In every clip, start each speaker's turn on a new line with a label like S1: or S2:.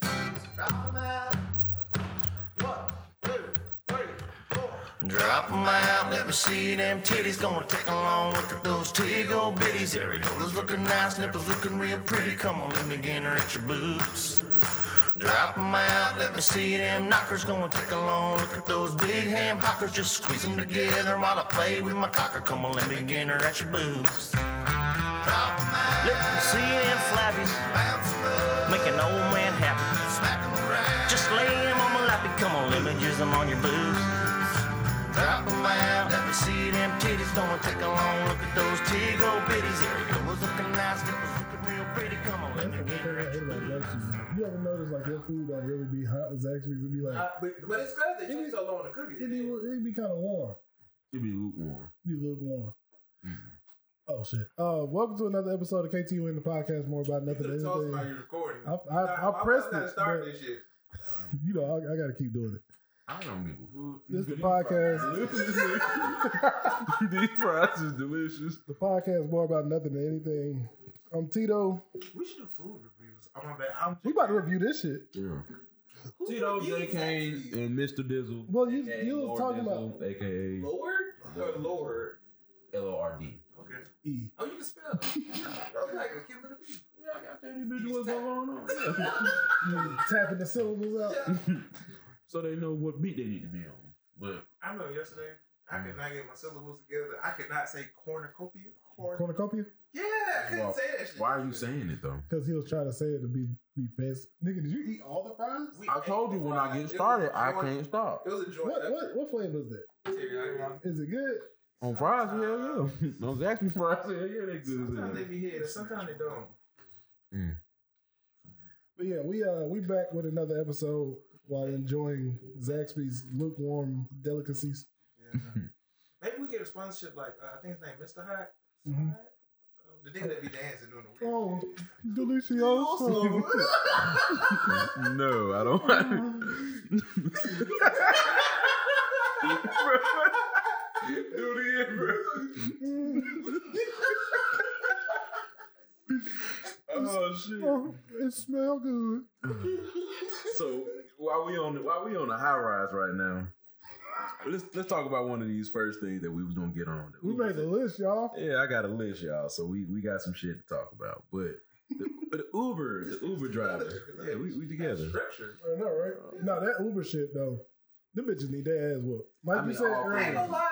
S1: Drop 'em out. One, two, three, four.
S2: Drop 'em out, let me see them titties. Gonna take along with those tig old bitties. Areolas looking nice, nipples looking real pretty. Come on, let me get her at your boobs. Drop 'em out, let me see them knockers. Gonna take along look at those big ham hockers. Just squeeze 'em together while I play with my cocker. Come on, let me get her at your boobs.
S1: Drop 'em out.
S2: Let me see them flappies,
S1: Bounce 'em up.
S2: make an old man happy.
S1: Smack 'em around.
S2: Just lay him on my lap. Come on, let me jizz 'em on your boobs. Drop 'em out, let me see them titties. Gonna take a long look at those tig old bitties. Area was looking nice, it was looking real pretty. Come on, let me
S3: One thing
S2: get
S3: I hate about black people, you ever notice like their food don't really be hot as actually it be like
S4: Uh, but, but it's because they took so long to cook it.
S3: it be it be kind of warm,
S5: It'd be lukewarm.
S3: be lukewarm.
S4: Mm-hmm.
S3: Oh shit! Uh, welcome to another episode of KTU in the podcast. More about
S4: You
S3: nothing.
S4: could
S3: than
S4: have told
S3: anything.
S4: somebody you're recording.
S3: I, I,
S4: Nah,
S3: I, pressed
S4: I'm not
S3: it,
S4: starting
S3: but,
S4: this shit.
S3: you know I, I got to keep doing it.
S5: I don't give a hoot.
S3: This the
S5: These
S3: podcast.
S5: fries- These fries is delicious.
S3: The podcast more about nothing than anything. I'm Tito.
S4: We should do food reviews. Oh my bad. I'm
S3: We about to review this shit.
S5: Yeah.
S4: Who
S5: Tito,
S4: reviews
S5: J. Kane,
S4: that?
S5: and Mr. Dizzle.
S3: Well, you
S5: aka
S3: you was
S5: Lord
S3: talking
S5: Dizzle,
S3: about
S5: AKA
S4: Lord or Lord.
S5: L O R D.
S4: Okay.
S3: E.
S4: Oh, you can spell. I was like a kid with a B.
S5: Yeah, I got that individual what's going
S3: You
S5: on.
S3: tapping the syllables out.
S5: so they know what beat they need to be on. But
S4: I know yesterday I could not get my syllables together. I could not say cornucopia. Corn-
S3: Cornucopia?
S4: yeah, I couldn't
S5: Well,
S4: say that shit.
S5: why are you saying it though?
S3: Because he was trying to say it to be be fast. Nigga, did you eat all the fries?
S4: We
S5: I
S4: ate
S5: told you when I
S4: fried-
S5: get
S4: it was
S5: started, I
S4: joint-
S5: can't stop.
S4: It was a joint.
S3: What what
S4: effort.
S3: what flavor is that?
S4: Teriyaki.
S3: Is it good?
S5: On fries, hell yeah. On Zaxby fries, hell yeah, they
S4: Sometimes they
S5: good.
S4: be here, sometimes they don't.
S3: But yeah, we uh we back with another episode while enjoying Zaxby's lukewarm delicacies.
S4: Yeah. Maybe we get a sponsorship like uh, I think his name Mr. Hot.
S3: Mhm.
S4: Hot? Uh, The nigga that be dancing doing the weird.
S3: Oh,
S4: Also-
S3: delicioso.
S5: No, I don't. Do the end, Oh shit.
S3: oh, it smell good.
S5: So while we on while we on a high rise right now, let's let's talk about one of these first things that we was gonna get on.
S3: We made the list, y'all.
S5: Yeah, I got a list, y'all. So we we got some shit to talk about. But the, but the Uber, the Uber driver. Yeah, we, we together.
S4: Structure.
S3: I know, right? No, that Uber shit though. Them bitches need their ass whooped. Like
S5: I
S3: you
S5: mean,
S3: said
S5: all
S4: I ain't
S3: earlier.
S4: gonna lie.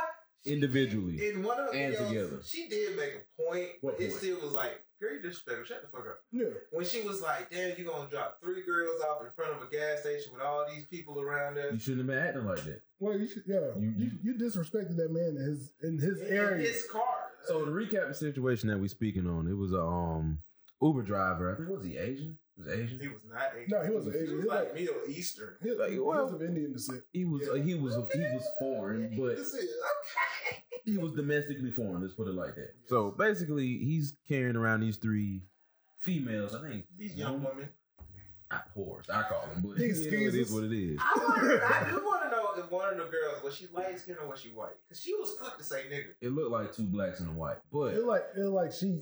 S5: Individually.
S4: In one of her
S5: And
S4: videos,
S5: together.
S4: she did make a point.
S5: What
S4: but it
S5: point?
S4: still was like, girl, you disrespectful. Shut the fuck up.
S3: Yeah.
S4: When she was like, damn, you gonna drop three girls off in front of a gas station with all these people around
S5: You
S4: us.
S5: shouldn't have been acting like that.
S3: Well, you should, yeah. You,
S5: You-
S3: you, disrespected that man in his in his area.
S4: his car.
S5: So to recap the situation that we speaking on, it was a um Uber driver. I think was he Asian? He was
S4: he
S5: Asian.
S4: was not Asian.
S3: No, he wasn't
S4: He
S3: Asian.
S4: was
S3: He
S4: like
S3: was-
S4: Middle Eastern.
S3: He-
S5: like,
S3: he
S5: well-
S3: was of Indian descent.
S5: He was uh, he was he was foreign, but
S4: This is okay.
S5: he was domestically foreign. Let's put it like that. So basically, he's carrying around these three females. I think
S4: These young women.
S5: not whores. I call them, but
S3: These
S5: you know, it is
S3: skeezers.
S5: what it is.
S4: I wanna, I do want to know if one of the girls was she light skinned or was she white? Cause she was quick to say nigga.
S5: It looked like two blacks and a white, but
S3: It like it like she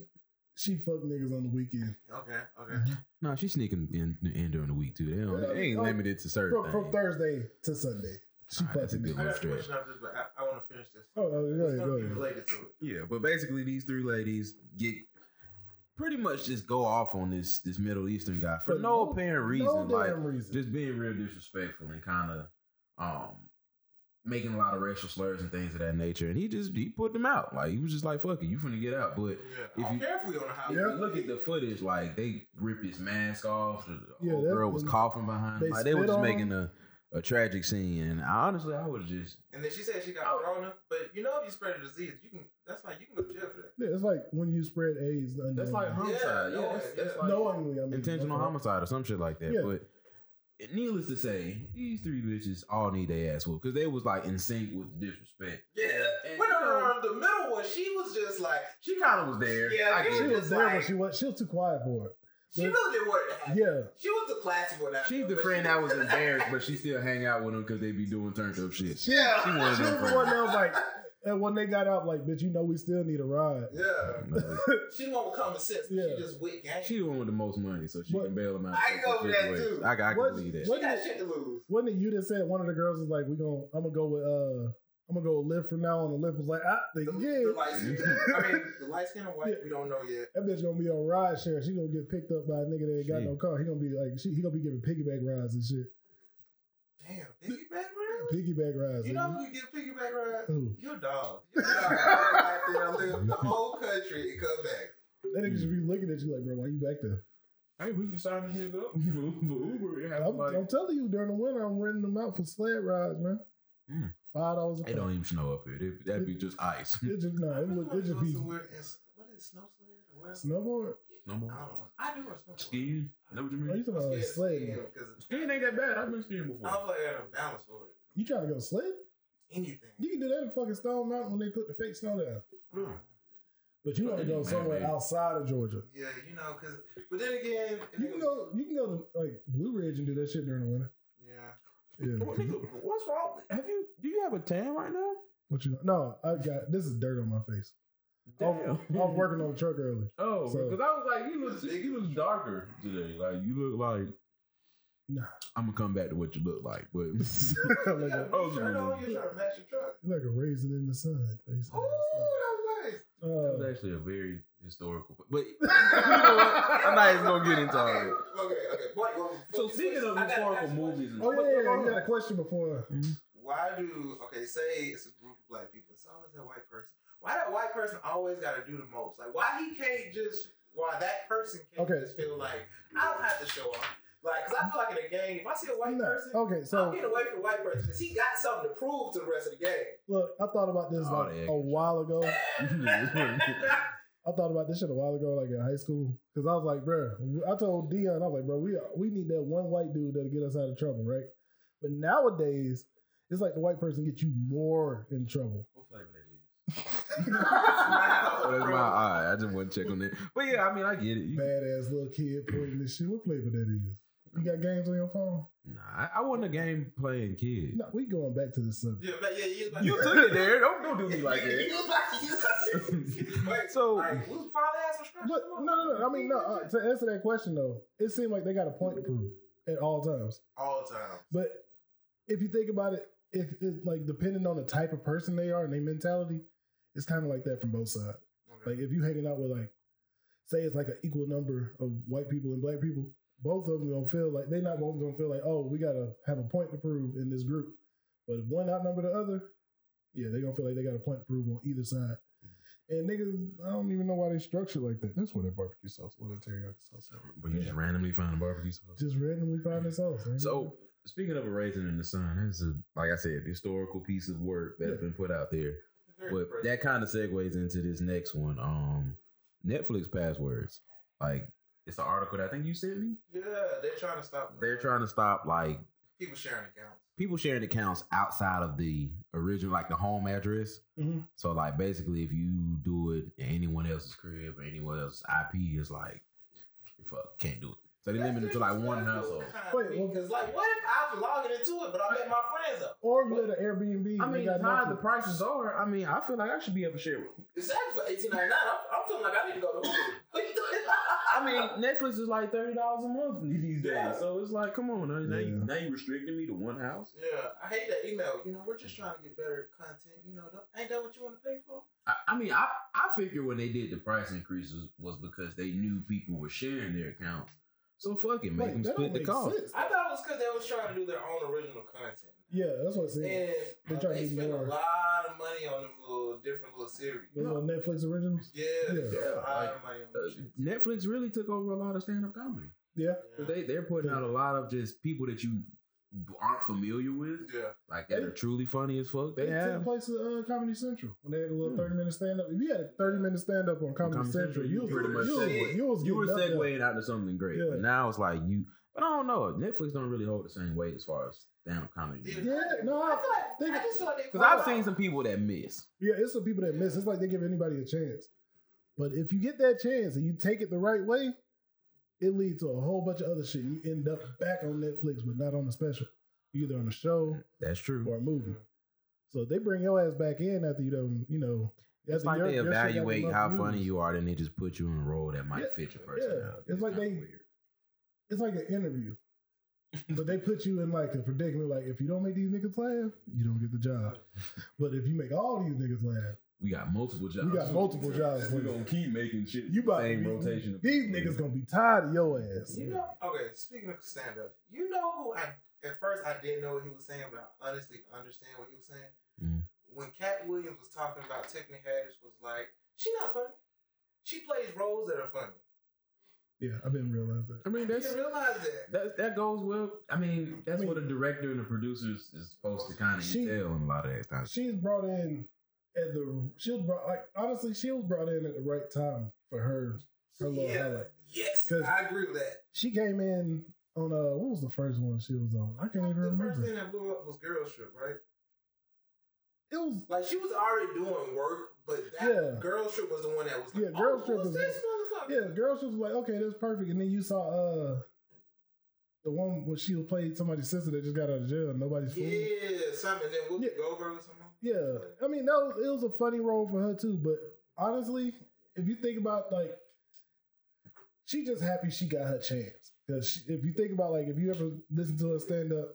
S3: she fucked niggas on the weekend.
S4: Okay, okay.
S5: no, she's sneaking in, in during the week too. They, don't, they ain't
S3: Oh,
S5: limited to certain
S3: From, from
S5: things.
S3: Thursday to Sunday. She
S5: Alright, that's
S3: fucked
S5: a good
S3: niggas.
S4: I got a
S5: Straight.
S4: question after this, but I, I want to finish this.
S3: Oh, oh, go
S4: It's
S3: ahead,
S4: gonna
S3: go
S4: be
S3: ahead.
S4: related to it.
S5: Yeah, but basically these three ladies get pretty much just go off on this this Middle Eastern guy for,
S3: For
S5: no,
S3: no-
S5: apparent reason,
S3: No damn
S5: like
S3: reason.
S5: just being real disrespectful and kind of um making a lot of racial slurs and things of that nature. And he just he put them out. Like he was just like, "Fuck it, you finna get out." But
S4: Yeah,
S5: If
S4: I'm
S5: you-
S4: careful on the
S5: if
S4: highway.
S3: Yeah.
S5: you look at the footage, like they ripped his mask off. The
S3: Yeah,
S5: old
S3: that-
S5: girl was coughing behind.
S3: they
S5: They like they were
S3: spit
S5: just
S3: on
S5: making a a tragic scene. And I, honestly, I would just
S4: And then she said she got corona, but you know if you spread a disease, you can. That's like you can go to jail for that.
S3: Yeah, it's like when you spread AIDS. unknowingly.
S5: that's like homicide.
S4: yeah,
S5: Yeah, that's, that's
S4: yeah.
S5: like
S3: knowingly. I mean,
S5: intentional
S3: that's right.
S5: homicide or some shit like that.
S3: Yeah.
S5: But needless to say, these three bitches all need their ass whooped because they was like in sync with the disrespect.
S4: Yeah.
S5: And,
S4: Wait, no, no,
S5: you know,
S4: no, The middle one, she was just like
S5: She kind of was there.
S4: Yeah,
S5: I
S4: she
S5: get
S3: She
S5: it.
S3: was
S4: Just
S3: there, but
S4: like-
S3: she was she was too quiet for it.
S4: she
S3: Yeah.
S4: really didn't want it to happen.
S3: Yeah,
S4: She was the classic one. out
S5: She's
S4: there,
S5: the
S4: but
S5: friend
S4: she-
S5: that was embarrassed, but she still hang out with them because they be doing turned up shit.
S3: she,
S5: She wanted
S3: she was
S5: them
S3: the one
S5: friends.
S3: that was like, And when they got out, like, bitch, you know we still need a ride.
S4: Yeah.
S5: Like,
S4: She the one with common sense. but
S3: Yeah.
S4: She just with gang.
S5: she the one with the most money, so she
S3: What-
S5: can bail him out.
S4: I can go with that,
S5: Situations.
S4: too.
S5: I, I can
S3: What-
S5: believe that.
S4: she got shit to lose.
S3: Wasn't it you that said one of the girls was like, "We going I'm gonna go with uh, I'm gonna go with Liv from now on." And Liv was like, "I think
S4: The,
S3: yeah,
S4: the light skin. I mean, the light skin and white,
S3: Yeah.
S4: we don't know yet.
S3: that bitch gonna be on ride share. She gonna get picked up by a nigga that ain't got
S5: Shit.
S3: no car. He gonna be like, she, he gonna be giving piggyback rides and shit.
S4: Damn, piggyback ride?
S3: Piggyback rides.
S4: You
S3: nigga.
S4: know who could get piggyback ride?
S3: Who?
S4: Your dog. Your dog out there live the whole country and come back.
S3: That nigga just be looking at you like, bro, why you back there?
S5: Hey, we can sign this nigga up for Uber. and have
S3: I'm,
S5: like-
S3: I'm telling you, during the winter, I'm renting them out for sled rides, man.
S5: Mm.
S3: Five dollars a
S5: It
S3: pop.
S5: don't even snow up here. It- That'd be just ice.
S3: It just no,
S4: I
S3: it
S4: really
S3: would
S4: wanna
S3: it just
S4: go
S3: be
S4: somewhere and s- What is it, snow sled? or whatever?
S3: snowboard.
S5: No
S4: I don't
S5: more
S4: know. I do want snowboard.
S5: skiing. Know what you
S3: Are you
S5: mean?
S3: talking about Uh, sled?
S5: Skiing ain't that bad. I've been skiing
S4: I
S5: before.
S4: don't feel like I got a balance for it.
S3: You trying to go sled?
S4: Anything.
S3: You can do that in fucking Stone Mountain when they put the fake snow down.
S4: Uh,
S3: But you want to go
S5: Man,
S3: somewhere
S5: man.
S3: outside of Georgia.
S4: yeah, you know, because, but then again,
S3: You can go. You can go to like Blue Ridge and do that shit during the winter.
S4: yeah.
S3: Yeah.
S5: What, nigga, What's wrong? with- Have you? Do you have a tan right now?
S3: What you? No, I got this is dirt on my face. I'm, I'm working on the truck early.
S5: Oh,
S3: So-
S5: because I was like, you look, you look darker today. Like you look like.
S3: Nah.
S5: I'm gonna come back to what you look like, but
S3: like,
S4: You
S3: a,
S4: got
S5: Oh,
S4: a shirt
S5: no.
S4: on, you trying to match your truck.
S3: like a raisin in the sun.
S4: Ooh,
S3: basically.
S4: that was nice.
S5: that was
S3: Uh,
S5: actually a very historical. But you know what? I'm not even gonna get into all
S4: Okay,
S5: that.
S4: okay, okay. But, well,
S5: So
S4: before-
S5: speaking of
S4: I gotta
S5: historical
S4: ask you a question.
S5: movies, and
S3: oh yeah, yeah, yeah,
S5: What-
S3: you got a question before?
S4: Why do okay? Say it's a group of black people. It's always that white person. Why that white person always got to do the most? Like why he can't just? Why that person can't
S3: Okay.
S4: just feel like I don't have to show up? Like, cause I feel like in a game, if I see a white
S3: No.
S4: person,
S3: Okay,
S4: I'm
S3: so
S4: getting away from the white person because he got something to prove to the rest of the game.
S3: look, I thought about this
S5: Oh,
S3: like,
S5: the egg.
S3: a while ago.
S5: Mhm.
S3: I thought about this shit a while ago, like in high school, because I was like, bro, I told Dion, I was like, bro, we we need that one white dude that'll get us out of trouble, right? But nowadays, it's like the white person gets you more in trouble.
S5: What flavor that is?
S4: Wow,
S5: Oh, that's
S4: bro.
S5: my eye. I just want to check on that. But yeah, I mean, I get it. You,
S3: Badass little kid pointing this shit. What flavor that is? You got games on your phone?
S5: nah, I, I wasn't a game playing kid.
S3: No, we going back to the subject.
S4: Yeah, but yeah, you was about
S5: You
S4: to-
S5: took it there. Don't, don't do me like
S4: You
S5: that.
S4: was about to- you was about to- Wait,
S5: So,
S4: Like, we was probably asking questions.
S3: But no, no, no. I mean, no. Uh, to answer that question though, it seemed like they got a point to prove at all times.
S4: all the time.
S3: But if you think about it, if it, like depending on the type of person they are and their mentality, it's kind of like that from both sides.
S4: Okay.
S3: Like if you hanging out with like, say it's like an equal number of white people and black people, both of them gonna feel like they not both gonna feel like, oh, we gotta have a point to prove in this group. But if one outnumber the other, yeah, they gonna feel like they got a point to prove on either side. And niggas, I don't even know why they structured like that. That's where that barbecue sauce, or that teriyaki sauce.
S5: But you just randomly find a barbecue sauce.
S3: Just randomly find this sauce. man.
S5: So speaking of a raisin in the sun, this is a, like I said, historical piece of work that's
S3: Yeah.
S5: been put out there.
S4: Very
S5: But
S4: impressive.
S5: that kind of segues into this next one. Um, Netflix passwords. Like it's an article that I think you sent me.
S4: yeah, they're trying to stop.
S5: They're trying to stop like
S4: people sharing accounts.
S5: people sharing accounts outside of the original, like the home address.
S3: Mhm.
S5: So like basically, if you do it in anyone else's crib or anyone else's IP, is like fuck, can't do it. So they limit it to like one household.
S3: Wait, well-
S4: because like, what if I'm logging into it, but I let my friends up?
S3: or you at an Airbnb.
S5: I
S3: and they
S5: mean,
S3: got
S5: how the
S3: nothing.
S5: prices are, I mean, I feel like I should be able to share. with-
S4: It's actually for eighteen ninety nine. I'm, I'm feeling like I need to go to Hulu. What you doing?
S5: I mean, Netflix is like thirty dollars a month these days,
S4: Yeah.
S5: so it's like, come on, now, now you
S3: Yeah.
S5: now you restricting me to one house.
S4: yeah, I hate that email. You know, we're just trying to get better content. You know, don't, ain't that what you want to pay for?
S5: I, I mean, I I figure when they did the price increases was because they knew people were sharing their accounts, so fuck it, make
S3: Like,
S5: them
S3: that
S5: split
S3: don't
S5: the
S3: make
S5: cost.
S3: sense.
S4: I thought it was because they was trying to do their own original content,
S3: Yeah, that's what I said.
S4: and
S3: They
S4: uh,
S3: try to
S4: they
S3: do
S4: spend
S3: more.
S4: a lot of money on them little different little series.
S3: Those little Netflix originals.
S4: Yeah,
S3: Yeah.
S4: yeah, a lot
S5: Yeah,
S4: of money on
S5: Uh,
S4: them shit.
S5: Netflix really took over a lot of stand up comedy.
S3: Yeah,
S4: Yeah.
S5: They they're putting out a lot of just people that you aren't familiar with,
S4: yeah.
S5: like that are truly funny as fuck. They
S3: It took
S5: have.
S3: place at uh, Comedy Central when they had a little
S5: Hmm.
S3: thirty minute stand up. If you had a thirty minute stand up on Comedy,
S5: Comedy
S3: Central,
S5: Central,
S3: you
S5: you
S3: was
S5: pretty much
S3: you, was,
S4: segued.
S3: you was
S5: You were
S3: getting up there.
S5: segueing out to something great,
S3: Yeah.
S5: but now it's like you. But I don't know. Netflix don't really hold the same weight as far as stand up comedy.
S4: Yeah.
S3: Yeah, no, I-
S4: I feel
S3: they-
S4: like I just feel like
S5: Because I've seen some people that miss.
S3: Yeah, it's the people that miss. It's like they give anybody a chance. But if you get that chance and you take it the right way, it leads to a whole bunch of other shit. You end up back on Netflix, but not on the special. You either on a show
S5: Mm-hmm. That's true.
S3: or a movie. So if they bring your ass back in after you done, you know.
S5: It's
S3: after
S5: like
S3: your-
S5: they
S3: your shit got
S5: evaluate
S3: enough
S5: how
S3: views.
S5: funny you are, then they just put you in a role that might
S3: Yeah,
S5: fit your
S3: yeah.
S5: personality.
S3: It's like
S5: kinda
S3: they-
S5: weird.
S3: It's like an interview, but they put you in like a predicament. Like if you don't make these niggas laugh, you don't get the job. But if you make all these niggas laugh,
S5: we got multiple jobs.
S3: we got multiple jobs.
S6: We're gonna keep making shit.
S3: You about
S6: same
S3: to be,
S6: rotation. of-
S3: These niggas gonna be tired of your ass.
S4: You know, okay, speaking of stand up, you know who I at first I didn't know what he was saying, but I honestly understand what he was saying.
S5: Mhm.
S4: When Cat Williams was talking about Tiffany Haddish was like, she not funny. She plays roles that are funny.
S3: Yeah, I didn't realize that.
S5: I mean,
S4: You
S5: that's
S4: didn't realize that.
S5: that that goes well. I mean, that's
S3: I mean-
S5: what a director and a producer is is supposed to kind of
S3: She-
S5: entail in a lot of that kind of shit.
S3: She's brought in at the she was brought like honestly she was brought in at the right time for her. Her little
S4: Yeah.
S3: highlight.
S4: Yes,
S3: 'Cause-
S4: I agree with that.
S3: She came in on uh what was the first one she was on? I can't even
S4: The first
S3: remember.
S4: thing that blew up was Girl Trip, right?
S3: It was
S4: Like she was already doing work, but that
S3: Yeah.
S4: Girl Trip was the one that was like,
S3: Yeah, Girl
S4: oh,
S3: Trip
S4: who's
S3: was-
S4: this motherfucker?
S3: yeah, girls was like okay that's perfect, and then you saw uh the one when she played somebody's sister that just got out of jail. and Nobody's fool.
S4: Yeah, something. And then Whoopi
S3: Yeah.
S4: Goldberg or something.
S3: Yeah, I mean that was, it was a funny role for her too. But honestly, if you think about like, she just happy she got her chance. Because if you think about like, if you ever listen to her stand up,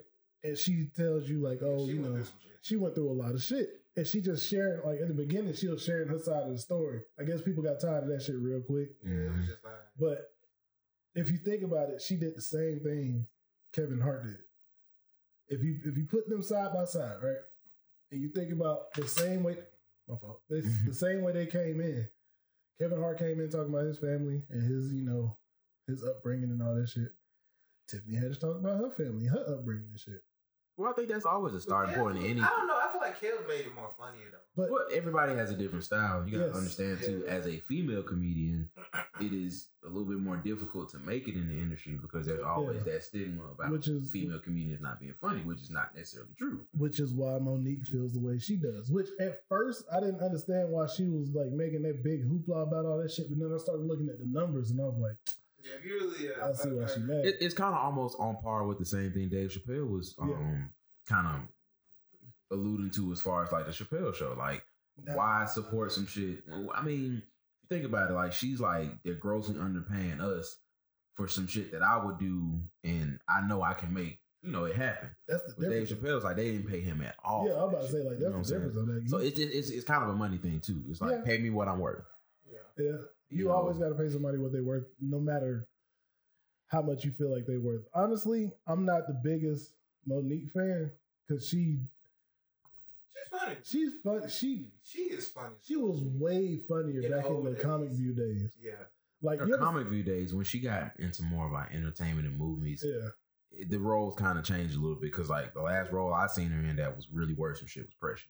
S3: and she tells you like, oh,
S4: she
S3: you
S4: went
S3: know,
S4: through some shit.
S3: she went through a lot of shit, and she just sharing like at the beginning she was sharing her side of the story. I guess people got tired of that shit real quick.
S4: Yeah, it was just like.
S3: But if you think about it, she did the same thing Kevin Hart did. If you if you put them side by side, right, and you think about the same way, my fault, this, the same way they came in. Kevin Hart came in talking about his family and his, you know, his upbringing and all that shit. Tiffany had to talk about her family, her upbringing and shit.
S5: Well, I think that's always a starting
S4: Kel-
S5: point in any.
S4: I don't know. I feel like Caleb made it more funnier though.
S3: But
S5: Well, everybody has a different style. You gotta
S3: Yes.
S5: understand too.
S4: Yeah.
S5: As a female comedian, it is a little bit more difficult to make it in the industry because there's always that stigma about
S3: Which is-
S5: female comedians not being funny, which is not necessarily true.
S3: which is why Monique feels the way she does. Which at first I didn't understand why she was like making that big hoopla about all that shit, but then I started looking at the numbers and I was like,
S4: Yeah, if you really. Uh,
S3: I see why she mad.
S5: It, it's kind of almost on par with the same thing Dave Chappelle was um,
S3: Yeah.
S5: kind of alluding to as far as like the Chappelle show. Like,
S3: Nah.
S5: why support some shit? Well, I mean, if you think about it, like she's like they're grossly underpaying us for some shit that I would do, and I know I can make you know it happen.
S3: That's the
S5: With Dave
S3: difference.
S5: Chappelle's like they didn't pay him at all.
S3: yeah,
S5: for
S3: I'm
S5: that
S3: about to
S5: shit.
S3: say like
S5: You know
S3: that's the
S5: what I'm
S3: difference
S5: saying?
S3: on that. You,
S5: So it's, it's it's kind of a money thing too. It's like
S3: Yeah.
S5: pay me what I'm worth.
S4: Yeah.
S3: yeah, you
S5: know?
S3: always got to pay somebody what they're worth, no matter how much you feel like they're worth. Honestly, I'm not the biggest Monique fan because she
S4: She's funny. She,
S3: she's fun. She
S4: is funny.
S3: she was way funnier
S4: In
S3: back
S4: the
S3: in the
S4: old
S3: comic
S4: days.
S3: view days.
S4: yeah.
S3: Like
S5: Her
S3: you ever-
S5: comic view days when she got into more of like entertainment and movies,
S3: yeah,
S5: it- the roles kind of changed a little bit because like the last role I seen her in that was really worse and shit was Precious.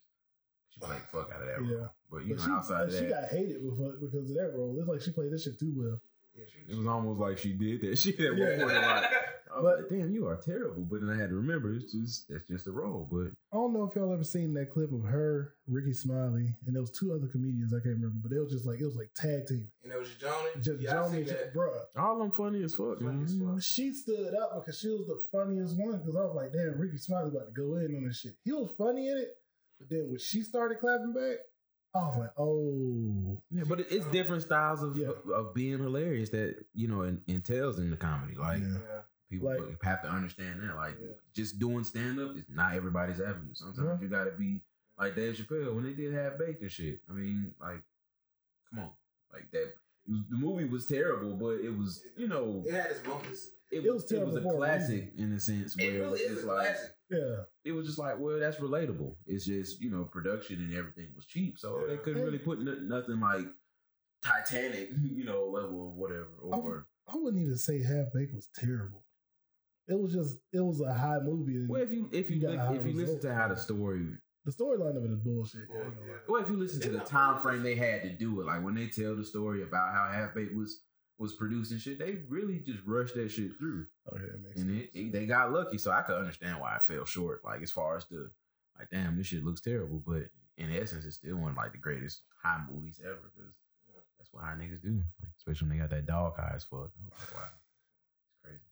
S5: She played the fuck out of that role.
S3: yeah.
S5: But you
S3: But
S5: know,
S3: she
S5: outside
S3: uh,
S5: of
S3: she
S5: that,
S3: got hated before, because of that role. It's like she played this shit too well.
S4: Yeah. She,
S5: it was almost like she did that shit at
S3: Yeah.
S5: one point. Like, I was
S3: But-
S5: like, damn, you are terrible. But then I had to remember it's just that's just a role. But
S3: I don't know if y'all ever seen that clip of her, Ricky Smiley, and there was two other comedians I can't remember, but it was just like it was like tag team,
S4: and it was Joni.
S3: just
S4: yeah, I
S3: Joni,
S4: seen
S3: just
S4: that.
S3: bruh.
S5: all them funny as fuck,
S4: Funny
S5: man.
S4: as fuck.
S3: she stood out because she was the funniest one. Because I was like, damn, Ricky Smiley about to go in on this shit. He was funny in it, but then when she started clapping back, I was like, oh,
S5: Yeah, but it- it's different styles of
S3: Yeah.
S5: of, of being hilarious that you know en- entails in the comedy. Like
S3: Yeah.
S4: Yeah.
S5: people
S3: Like-
S5: have to understand that. Like
S4: Yeah.
S5: just doing stand up is not everybody's avenue. Sometimes
S3: Yeah.
S5: you got to be like Dave Chappelle when they did have baked and shit. I mean, like, come on, like that. it was- the movie was terrible, but it was you know
S4: It had its moments.
S5: it,
S3: It
S5: was
S3: was
S5: it was a
S3: terrible for a
S5: classic in a sense where
S4: It
S5: it
S4: really
S5: was
S4: is
S5: just
S4: a
S5: like
S4: classic.
S3: yeah,
S5: it was just like well that's relatable. It's just you know production and everything was cheap, so they
S4: Yeah.
S5: couldn't really put n- nothing like Titanic you know level or whatever or.
S3: I wouldn't even say Half Baked was terrible. It was just, it was a high movie. And
S5: Well, if you if you
S3: You got
S5: li-
S3: high
S5: if you listen
S3: results.
S5: to how the story,
S3: the storyline of it is bullshit. I ain't gonna
S4: Yeah.
S3: lie.
S5: well, if you listen to
S4: They're
S5: the
S4: not
S5: time
S4: really-
S5: frame they had to do it, like when they tell the story about how Half Baked was was produced and shit, they really just rushed Oh, that shit through,
S3: Okay, that makes sense.
S5: and it, it- they got lucky. So I could understand why it fell short. Like as far as the like, damn, this shit looks terrible, but in essence, it's still one of like the greatest high movies ever because that's what high niggas do, like, especially when they got that dog eyes fuck. I was like, wow, it's crazy.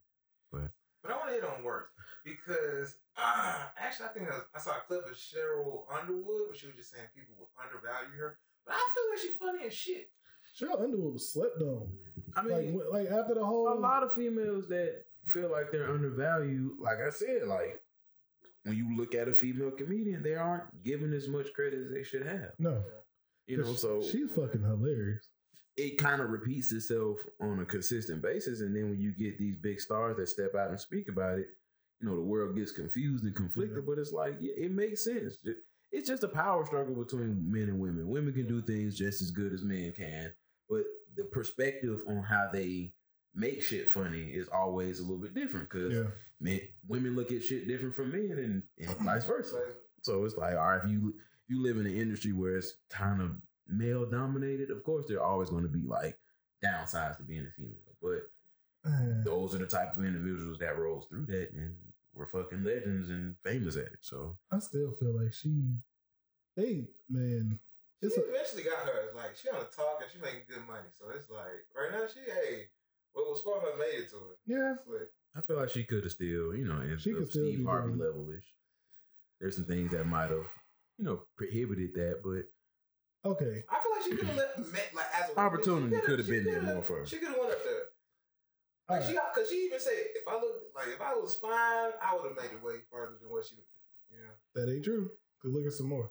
S4: But I want it don't work because uh, actually, I think I, I saw a clip of Cheryl Underwood where she was just saying people would undervalue her, but I feel like she's funny as shit.
S3: Cheryl Underwood was slept on.
S5: I
S3: Like,
S5: mean,
S3: wh- like after the whole
S5: a lot of females that feel like they're undervalued, like I said, like when you look at a female comedian, they aren't given as much credit as they should have.
S3: no,
S5: You know,
S3: 'Cause
S5: so
S3: she's fucking hilarious.
S5: it kind of repeats itself on a consistent basis. And then when you get these big stars that step out and speak about it, you know, the world gets confused and conflicted,
S3: Yeah.
S5: but it's like, yeah, it makes sense. Ju- It's just a power struggle between men and women. Women can do things just as good as men can, but the perspective on how they make shit funny is always a little bit different because
S3: Yeah,
S5: men, women look at shit different from men and, and vice versa.
S4: Like,
S5: So it's like, all right, if you if you live in an industry where it's kind of male dominated, of course there are always going to be like downsides to being a female. But those are the type of individuals that rolls through that and were fucking legends and famous at it. So
S3: I still feel like she, they man, it's
S4: she
S3: a,
S4: eventually got hers. Like she on the talk and she making good money. So it's like right now she hey, what was for her made it to her.
S3: yeah.
S4: It's like,
S5: I feel like she could have still, you know, ended
S3: She
S5: up
S3: could still
S5: Steve
S3: be
S5: Harvey
S3: doing it.
S5: level ish. There's some things that might have, you know, prohibited that, but
S3: Okay,
S4: I feel like she could have let met like as a
S5: Opportunity
S4: she
S5: coulda
S4: she
S5: been there
S4: coulda-
S5: more for her.
S4: She could have went up there.
S3: all
S4: Like she
S3: right.
S4: got, cause she even said, if I look like if I was fine, I would have made it way farther than what she, you know.
S3: that ain't true. Cause look at some more.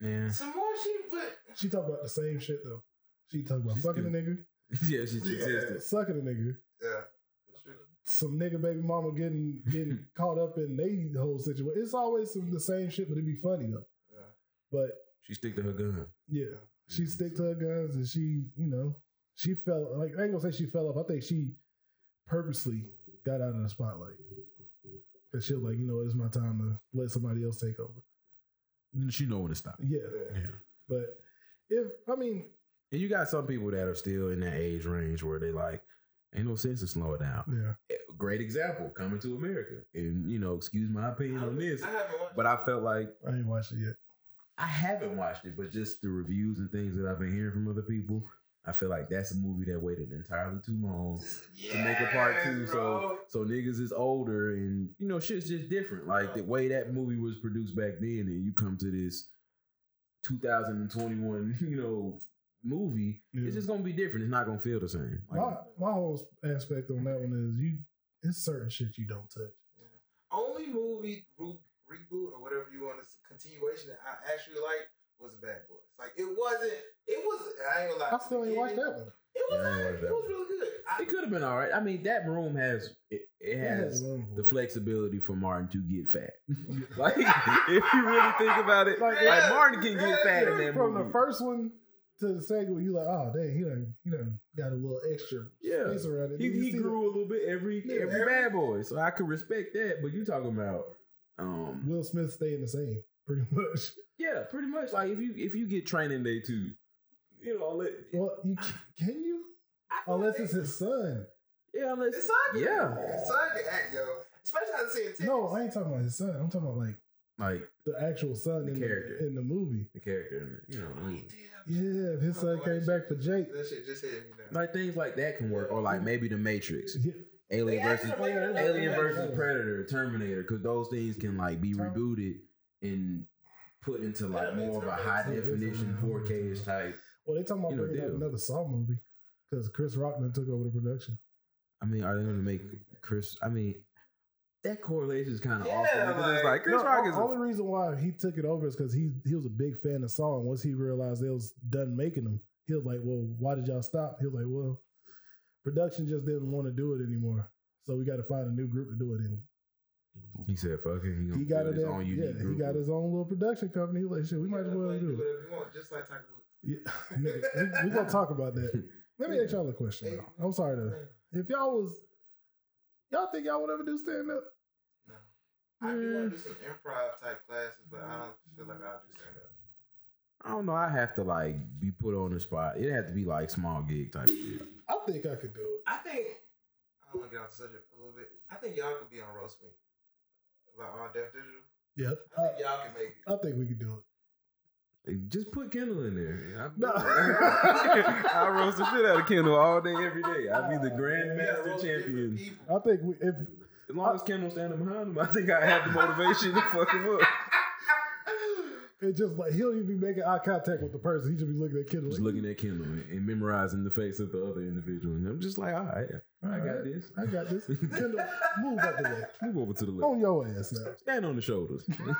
S5: yeah,
S4: Some more she, but
S3: She talked about the same shit though. She talked about
S5: She's
S3: fucking
S5: good.
S3: a nigga,
S5: yeah, she's
S4: Yeah.
S5: existed.
S3: sucking a nigga,
S4: yeah, that's true.
S3: some nigga baby mama getting getting caught up in they whole situation. It's always some the same shit, but it'd be funny though.
S4: Yeah.
S3: But
S5: She stick to her gun.
S3: yeah, she stick to her guns and she, you know, she fell like I ain't gonna say she fell off. I think she purposely got out of the spotlight. Cause she was like, you know, it's my time to let somebody else take over.
S5: She know when to stop.
S3: Yeah.
S4: Yeah.
S5: Yeah.
S3: But if I mean,
S5: And you got some people that are still in that age range where they like, ain't no sense in slowing down.
S3: yeah.
S5: Great example, coming to America. And you know, excuse my opinion on this.
S4: I haven't watched.
S5: But I felt like
S3: I ain't watched it yet.
S5: I haven't watched it, but just the reviews and things that I've been hearing from other people, I feel like that's a movie that waited entirely too long to make a part two. So so niggas is older and you know shit's just different. Like the way that movie was produced back then, and you come to this 2021, you know, movie,
S3: Yeah.
S5: it's just gonna be different. It's not gonna feel the same. Like,
S3: my my whole aspect on that one is you. It's certain shit you don't touch.
S4: only movie re- reboot or whatever you want to continuation that I actually liked was The Bad Boys. Like it wasn't. It was. I ain't gonna lie.
S3: I still ain't watched that one.
S4: It was.
S5: Yeah, I ain't
S4: alright.
S5: watched
S4: it
S5: that
S4: was
S5: one.
S4: really good.
S5: It
S4: I,
S5: could have been all right. I mean, that room has it, it
S3: It
S5: has
S3: has room for
S5: the
S3: it.
S5: flexibility for Martin to get fat. like, if you really think about it, like,
S3: Like,
S4: yeah,
S5: Martin can get
S4: yeah,
S5: fat in
S4: yeah,
S5: that
S3: From
S5: movie.
S3: the first one to the second one, you like, oh dang, he done he done got a little extra
S5: Yeah.
S3: space around it.
S5: he,
S3: You
S5: he
S3: see the-
S5: grew a little bit every
S3: Yeah,
S5: every
S4: every-
S5: bad boy, so I could respect that. But you talking about, um,
S3: Will Smith staying the same, pretty much.
S5: yeah, pretty much. Like if you if you get training day too, you know, let,
S3: Well,
S5: Uh,
S3: you c- can you
S4: I feel
S3: unless
S4: like
S3: it's his son.
S5: yeah, unless
S4: It's not
S5: Yeah.
S4: It's not good act, yo. Especially after seeing Tick.
S3: No, I ain't talking about his son. I'm talking about like
S5: like
S3: the actual son
S5: The
S3: in
S5: character.
S3: the in the movie.
S5: the character, in it, you know, the movie.
S3: Yeah, if
S5: Oh,
S3: his son came back for Jake.
S4: That shit just hit me now.
S5: like things like that can work, or like maybe the Matrix,
S3: Yeah,
S5: Alien
S4: They
S5: versus
S4: actually made it like
S5: Alien
S4: that.
S5: versus Predator, Terminator, because those things can like be
S3: Term-
S5: rebooted and put into like more of a high definition 4K ish type.
S3: Well, they talking about
S5: You know,
S3: bringing out
S5: deal.
S3: another Saw movie because Chris Rock then took over the production.
S5: I mean, are they going to make Chris? I mean, that correlation is kind of
S4: Yeah,
S5: awful because it's
S4: like-
S5: like Chris
S3: no,
S5: Rock
S3: o-
S5: is.
S3: only
S5: A,
S3: reason why he took it over is because he he was a big fan of Saw, and once he realized they was done making them, he was like, "Well, why did y'all stop?" He was like, "Well, production just didn't want to do it anymore, so we got to find a new group to do it in."
S5: he said, "Fuck it." He,
S3: he got it.
S5: his
S3: in-
S5: own
S3: yeah,
S5: unique
S3: he
S5: group.
S3: got his own little production company. He was like, "Shit, we might as well
S4: do
S3: do it."
S4: whatever you want, just like Tiger Woods.
S3: Yeah, nigga, we, we gonna talk about that. Let me ask y'all a question. though. I'm sorry to. If y'all was, y'all think y'all would ever do stand up?
S4: No. I do want
S5: Mm.
S4: to do some improv type classes, but I don't feel like I'll do stand up.
S5: I don't know. I have to like be put on the spot. It had to be like small gig type shit.
S3: I think I could do it.
S4: I think I want to get off the subject a little bit. I think y'all could be on roast me about all deaf digital.
S3: Yeah,
S4: I think y'all can make it.
S3: I, I think we could do it.
S5: Just put Kendall in there. I,
S3: No.
S5: I roast the shit out of Kendall all day, every day. I'd be the
S4: Yeah,
S5: grandmaster
S4: roast different
S5: champion.
S4: people.
S3: I think we, if
S5: As
S3: Uh,
S5: long as Kendall standing behind him, I think I have the motivation to fuck him up.
S3: it just like he'll even be making eye contact with the person, he just be looking at Kendall.
S5: Just
S3: like,
S5: looking at Kendall and, and memorizing the face of the other individual, and I'm just like, all right, I
S3: "All
S5: got
S3: right,
S5: this.
S3: I got this. Kendall, move out the way.
S5: Move over to the left.
S3: On your ass now.
S5: Stand on the shoulders.
S4: But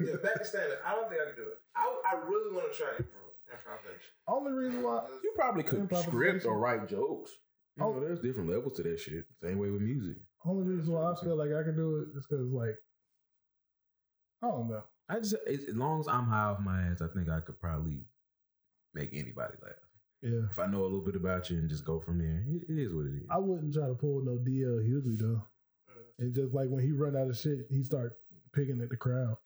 S4: yeah, back to standing. I don't think I can do it. I, I really want to try improv- improvisation.
S3: Only reason why
S5: You probably could
S3: Improvisation.
S5: script or write jokes. You
S3: Oh.
S5: know, there's different levels to that shit. Same way with music.
S3: only reason why I feel like I can do it is because like I don't know.
S5: I just as as long as I'm high off my ass, I think I could probably make anybody laugh.
S3: Yeah.
S5: If I know a little bit about you and just go from there, it, it is what it is.
S3: I wouldn't try to pull no DL Hughley though.
S4: Mm,
S3: And just like when he run out of shit, he start picking at the crowd.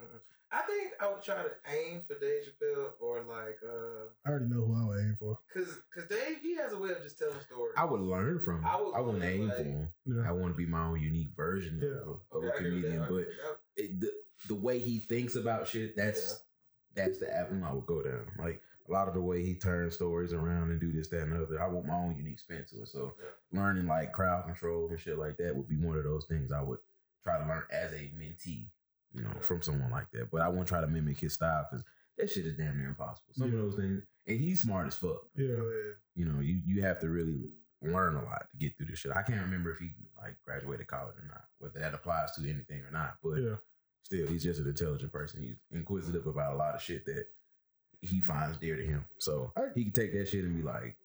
S4: mm. I think I would try to aim for Dave Chappelle or like, uh,
S3: I already know who I would aim for.
S4: cause, cause Dave he has a way of just telling stories.
S5: I would learn from. Him.
S4: I
S5: I,
S4: would
S5: wouldn't
S4: wanna,
S5: aim
S4: like-
S5: for him. I
S3: Yeah.
S5: want to be my own unique version
S3: Yeah.
S5: of, a- of
S4: Okay,
S5: a
S4: I agree with that.
S5: comedian.
S4: I
S5: But
S4: agree with that.
S5: it, the the way he thinks about shit, that's that's the avenue I would go down. Like a lot of the way he turns stories around and do this, that, and the other. I want my own unique spin to it. So learning like crowd control and shit like that would be one of those things I would try to learn as a mentee, you know, from someone like that. But I won't try to mimic his style because that shit is damn near impossible. Some
S3: Yeah.
S5: of those things, and he's smart as fuck.
S3: Yeah.
S5: You know, you you have to really learn a lot to get through this shit. I can't remember if he like graduated college or not, whether that applies to anything or not. But
S3: Yeah.
S5: still, he's just an intelligent person. He's inquisitive about a lot of shit that he finds dear to him. So
S3: I-
S5: he can take that shit and be like,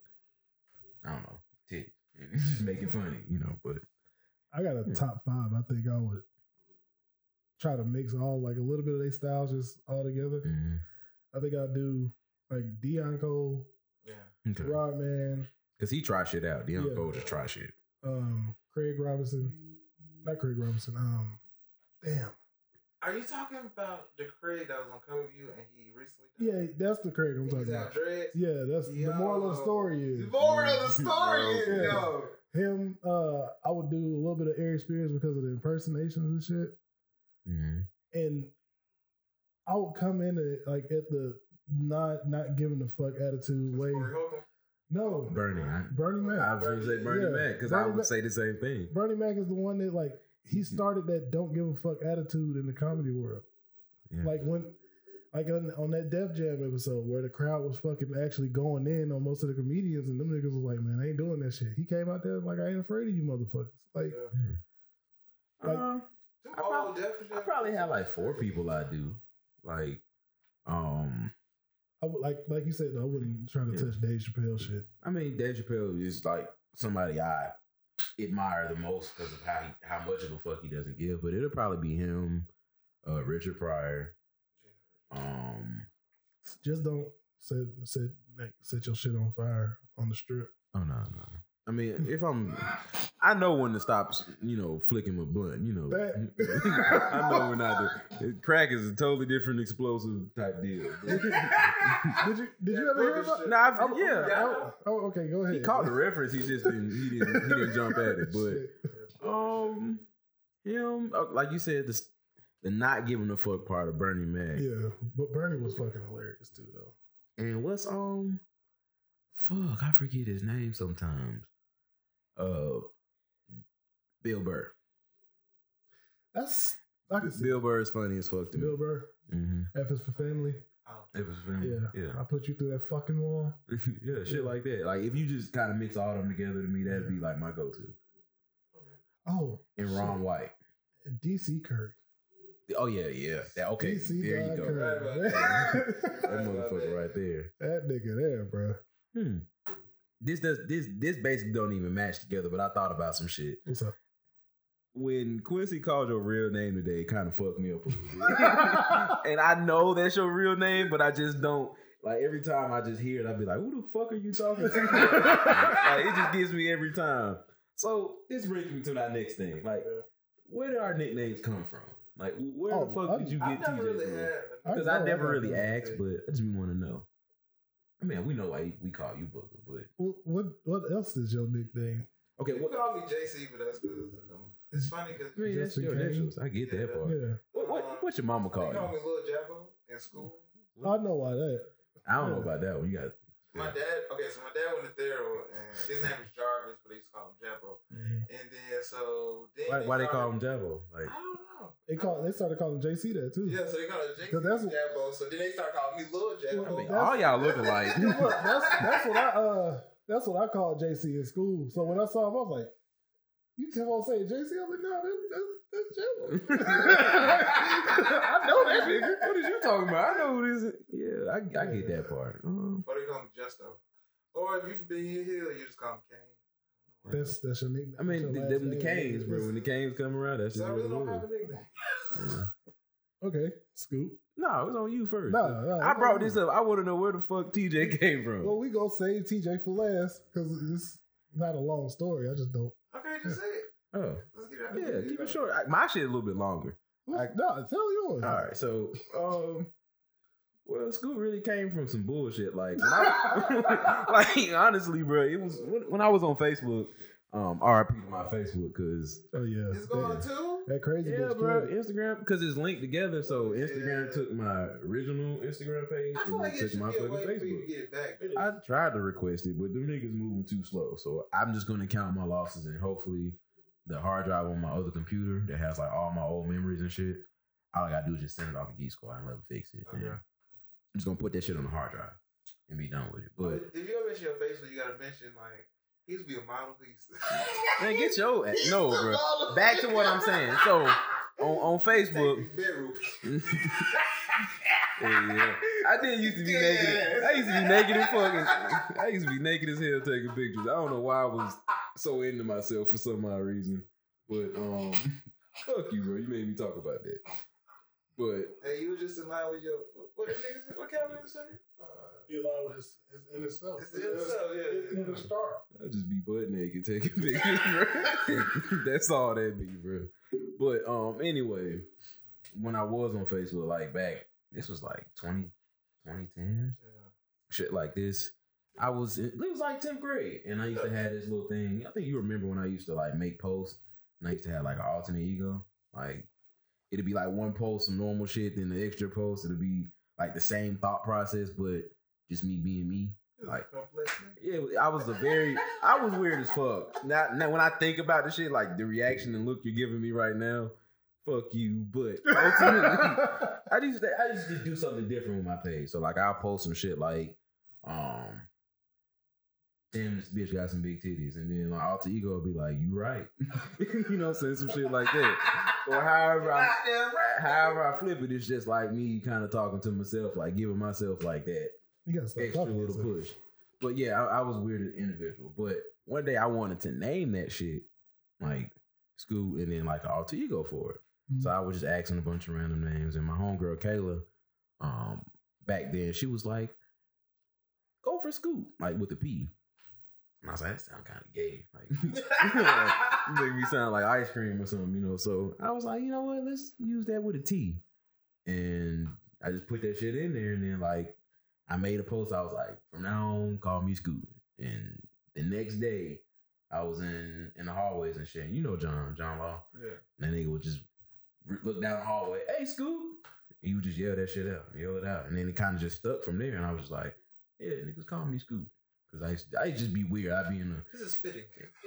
S5: I don't know, tit, and make it funny, you know. But
S3: I got a
S5: Yeah.
S3: top five. I think I would try to mix all like a little bit of their styles just all together.
S5: mm,
S3: I think I'll do like Dion Cole,
S4: Yeah.
S5: okay,
S3: Rodman,
S5: because he try shit out. Deion
S3: Yeah.
S5: Cole just try shit.
S3: um, Craig Robinson. Not Craig Robinson. Um, damn.
S4: Are you talking about the Craig that was on Coming View and he recently
S3: Yeah, that's the Craig I'm talking
S4: He's out
S3: about.
S4: dreads.
S3: Yeah, that's the moral of the
S4: Yo.
S3: story is Oh,
S4: The moral of the story is,
S3: Yeah.
S4: yo.
S3: him. Uh, I would do a little bit of Eric Spears because of the impersonations and shit.
S5: Mm,
S3: and I would come in at, like at the not not giving a fuck attitude way.
S4: Corey Holcomb.
S3: No,
S5: Bernie, I,
S3: Bernie
S5: I
S3: Mac.
S5: was gonna say Bernie
S3: Yeah.
S5: Mac because I
S3: Bernie
S5: would
S3: Mac-
S5: say the same thing.
S3: Bernie Mac is the one that like he started that don't give a fuck attitude in the comedy world.
S5: Yeah.
S3: Like when, like on, on that Def Jam episode where the crowd was fucking actually going in on most of the comedians and them niggas was like, man, I ain't doing that shit. He came out there like, I ain't afraid of you motherfuckers. Like,
S4: Yeah.
S3: Like-
S5: Uh,
S4: Them
S5: I
S4: old
S5: prob-
S4: Def
S5: I
S4: Jam-
S5: probably have like four people I do. Like, um,
S3: I would like like you said, I wouldn't try to
S5: Yeah.
S3: touch Dave Chappelle shit.
S5: I mean, Dave Chappelle is like somebody I admire the most because of how he, how much of a fuck he doesn't give. But it'll probably be him, uh, Richard Pryor, um,
S3: Just don't set set like, set your shit on fire on the strip.
S5: Oh no, no. I mean, if I'm, I know when to stop. You know, flicking my blunt. You know,
S3: That-
S5: I know when I do. Crack is a totally different explosive type deal.
S3: Did you did you
S4: That
S3: ever hear
S4: booger
S3: about?
S4: shit.
S5: nah, I, yeah.
S4: Yeah.
S3: Oh, oh, okay, go ahead.
S5: He caught the reference. He just didn't. He didn't. He didn't jump at it. But um, him uh, like you said, the, the not giving a fuck part of Bernie Mac.
S3: yeah, but Bernie was fucking hilarious too, though.
S5: And what's um, fuck, I forget his name sometimes. Uh, Bill Burr.
S3: That's I can see
S5: Bill Burr is funny as fuck to
S3: Bill
S5: me.
S3: Burr.
S5: Mm-hmm.
S3: F is for family.
S4: Oh,
S5: It was
S3: Yeah,
S5: film. Yeah.
S3: I put you through that fucking wall.
S5: Yeah. Shit like that. Like if you just kind of mix all them together to me, that'd be like my go-to.
S3: Oh,
S5: And Ron
S3: shit.
S5: White.
S3: And DC Kirk.
S5: Oh yeah, yeah. That, okay.
S3: DC
S5: there you
S3: Don
S5: go.
S3: Kirk.
S4: Right
S5: That
S4: Right about
S5: motherfucker
S4: that.
S5: right there.
S3: that nigga there, bro.
S5: Hmm. This does this this basically don't even match together, but I thought about some shit.
S3: What's up?
S5: When Quincy called your real name today, it kind of fucked me up a little bit. and I know that's your real name, but I just don't like every time I just hear it, I'd be like, who the fuck are you talking to? like it just gets me every time. So this brings me to our next thing. Like, where did our nicknames come from? Like where
S3: Oh,
S5: the fuck
S3: I-
S5: did you
S4: I've
S5: get
S4: never
S5: TJ
S4: really
S5: from?
S4: had.
S3: I
S5: Because I
S3: know
S5: never
S3: got
S5: really
S3: that.
S5: asked, but I just want to know. I mean, we know why we call you Booker, but
S3: Well, what what else is your nickname?
S5: okay.
S4: You
S5: What,
S4: call me JC, but that's because it's funny because
S5: I mean, that's
S3: Justin
S5: your
S3: Kane?
S5: initials. I get
S4: Yeah,
S5: that
S4: that-
S5: part.
S3: Yeah,
S5: What, what what your mama
S4: they
S5: call
S4: call me
S5: you?
S4: Lil Jabbo in school.
S3: I know why that.
S5: I don't know about that one. You got
S4: My dad, okay, so my dad went to Thero, and his name was Jarvis, but they used to call him Jabbo.
S5: Mm-hmm.
S4: And then, so then
S5: why, why they call
S4: started-
S5: him Jabbo? Like
S4: I don't know.
S3: They call they started calling JC that too.
S4: Yeah, so they called him J-
S3: 'Cause Hmm. that's-
S4: Jabbo. So then they started calling me Lil Jabbo.
S5: I mean,
S3: that's-
S5: all y'all looking like
S3: Look, that's that's what I uh that's what I called JC in school. So when I saw him, I was like, "You keep on saying JC." I'm like, "No, that's that's, that's Jabba." I know that nigga.
S5: What is you talking about? I know who this is. Yeah, I, I get that part. Uh,
S4: Or they call him Justo. Or if you from Being Hill, you just call him Kane.
S3: That's that's your nickname.
S5: I mean,
S3: That's
S5: the,
S3: your
S5: the,
S3: last
S5: when the
S3: name.
S5: Canes, bro, when the Canes come around, that's
S4: so
S5: just
S4: I
S5: what it
S4: really don't have a
S5: was.
S4: nickname.
S5: Yeah.
S3: Okay, scoop.
S5: No, it was on you first.
S3: No, no,
S5: I brought this up. I want to know where the fuck TJ came from.
S3: Well, we gonna save TJ for last because it's not a long story. I just don't.
S4: Okay, just say it.
S5: oh,
S4: Let's get it out.
S5: yeah, keep it short. I, my shit a little bit longer. I-
S3: no, tell yours.
S5: All right, so um, well, school really came from some bullshit. Like, when I, like honestly, bro, it was when, when I was on Facebook. Um, RIP to my Facebook because
S3: Oh yeah,
S4: It's going
S3: that,
S4: to?
S3: that crazy
S5: yeah,
S3: bitch.
S5: bro,
S3: killed it.
S5: Instagram because it's linked together. So Instagram
S4: Yeah.
S5: took my original Instagram page
S4: I
S5: and
S4: feel like
S5: then
S4: it
S5: took
S4: should
S5: my
S4: be a
S5: fucking
S4: way for you
S5: Facebook.
S4: to get it back.
S5: I tried to request it, but them niggas moving too slow. So I'm just gonna count my losses and hopefully the hard drive on my other computer that has like all my old memories and shit. All I gotta do is just send it off to Geek Squad and let them fix it. And
S4: Okay.
S5: I'm just gonna put that shit on the hard drive and be done with it. But
S4: if you ever mention your Facebook, you gotta mention like he used to be a model. He used to-
S5: man, get your ass. no,
S4: He's a
S5: bro.
S4: model.
S5: Back to what I'm saying. So on on
S4: Take
S5: Facebook,
S4: these bedroom.
S5: Yeah, yeah. I did used to be negative. I used to be negative fucking. I used to be naked as hell taking pictures. I don't know why I was so into myself for some odd reason, but um, fuck you, bro. You made me talk about that. But
S4: Hey, you was just in line with your what the niggas? What Calvin was saying?
S3: He allowed his, his inner self.
S4: It's the other side, yeah.
S3: Inner star.
S5: I just be butt naked taking pictures, bro. That's all that be, bro. But um, anyway, when I was on Facebook, like back, this was like 20, 2010. shit like this. I was in, it was like 10th grade, and I used to have this little thing. I think you remember when I used to like make posts, and I used to have like an alternate ego. Like it'd be like one post, some normal shit, then the extra post. It'd be like the same thought process, but just me being me.
S4: He was
S5: Like-
S4: complex nigga.
S5: Yeah, I was a very, I was weird as fuck. Now, now when I think about the shit, like the reaction and look you're giving me right now, fuck you. But ultimately, I just I just did do something different with my page. So like I'll post some shit like, um, damn this bitch got some big titties, and then my alter ego will be like, you right, you know, what I'm saying some shit like that, or however I
S4: Goddamn right.
S5: however I flip it, it's just like me kind of talking to myself, like giving myself like that
S3: You gotta stop
S5: extra
S3: talking
S5: little
S3: yourself.
S5: push. But yeah, I, I was weird as an individual. But one day I wanted to name that shit like school and then like an alter ego for it. So I was just asking a bunch of random names. And my homegirl Kayla, um, back then, she was like, go for Scoop, like with a P. And I was like, that sound kind of gay. Like make me sound like ice cream or something, you know. So I was like, you know what, let's use that with a T. And I just put that shit in there and then like I made a post. I was like, from now on, call me Scoot. And the next day, I was in in the hallways and shit. You know John, John Law.
S4: Yeah.
S5: And that nigga would just re- look down the hallway, hey Scoot. And you would just yell that shit out, yell it out. And then it kind of just stuck from there. And I was just like, yeah, niggas call me Scoot. Cause I used, I used to just be weird. I'd be in the
S4: This is fitting.
S5: it,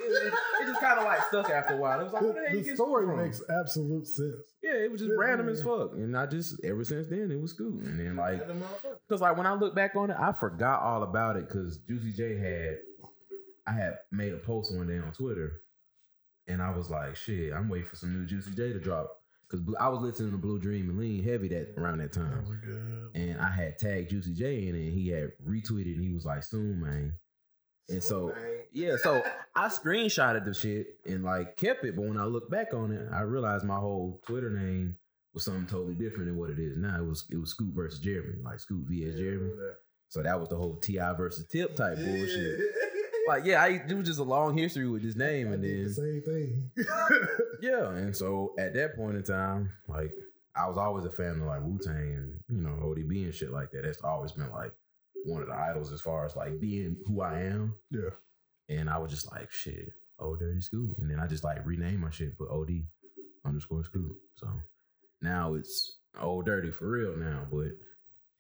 S5: it just kind of like stuck after a while. It was like, where the, hell
S3: The,
S5: you
S3: the
S5: get
S3: story
S5: from?
S3: makes absolute sense.
S5: Yeah, it was just
S3: Yeah,
S5: random
S3: yeah.
S5: as fuck, and I just ever since then it was cool. And then like,
S4: Random motherfucker.
S5: cause like when I look back on it, I forgot all about it because Juicy J had, I had made a post one day on Twitter, and I was like, shit, I'm waiting for some new Juicy J to drop because I was listening to Blue Dream and Lean Heavy that around that time
S3: was good.
S5: and I had tagged Juicy J in it, and he had retweeted, and he was like, "Soon, man." And so,
S4: man.
S5: yeah, so I screenshotted the shit and like kept it, but when I look back on it, I realized my whole Twitter name was something totally different than what it is now. It was it was Scoop versus Jeremy, like Scoop vs Jeremy. So that was the whole Ti versus Tip type bullshit. Like, yeah, I, it was just a long history with this name,
S3: I
S5: and
S3: did
S5: then
S3: the same thing.
S5: yeah, and so at that point in time, like I was always a fan of like Wu Tang and you know ODB and shit like that. That's always been like one of the idols as far as like being who I am.
S3: Yeah.
S5: And I was just like, shit, old dirty school, and then I just like renamed my shit, and put OD underscore school. So now it's old dirty for real now, but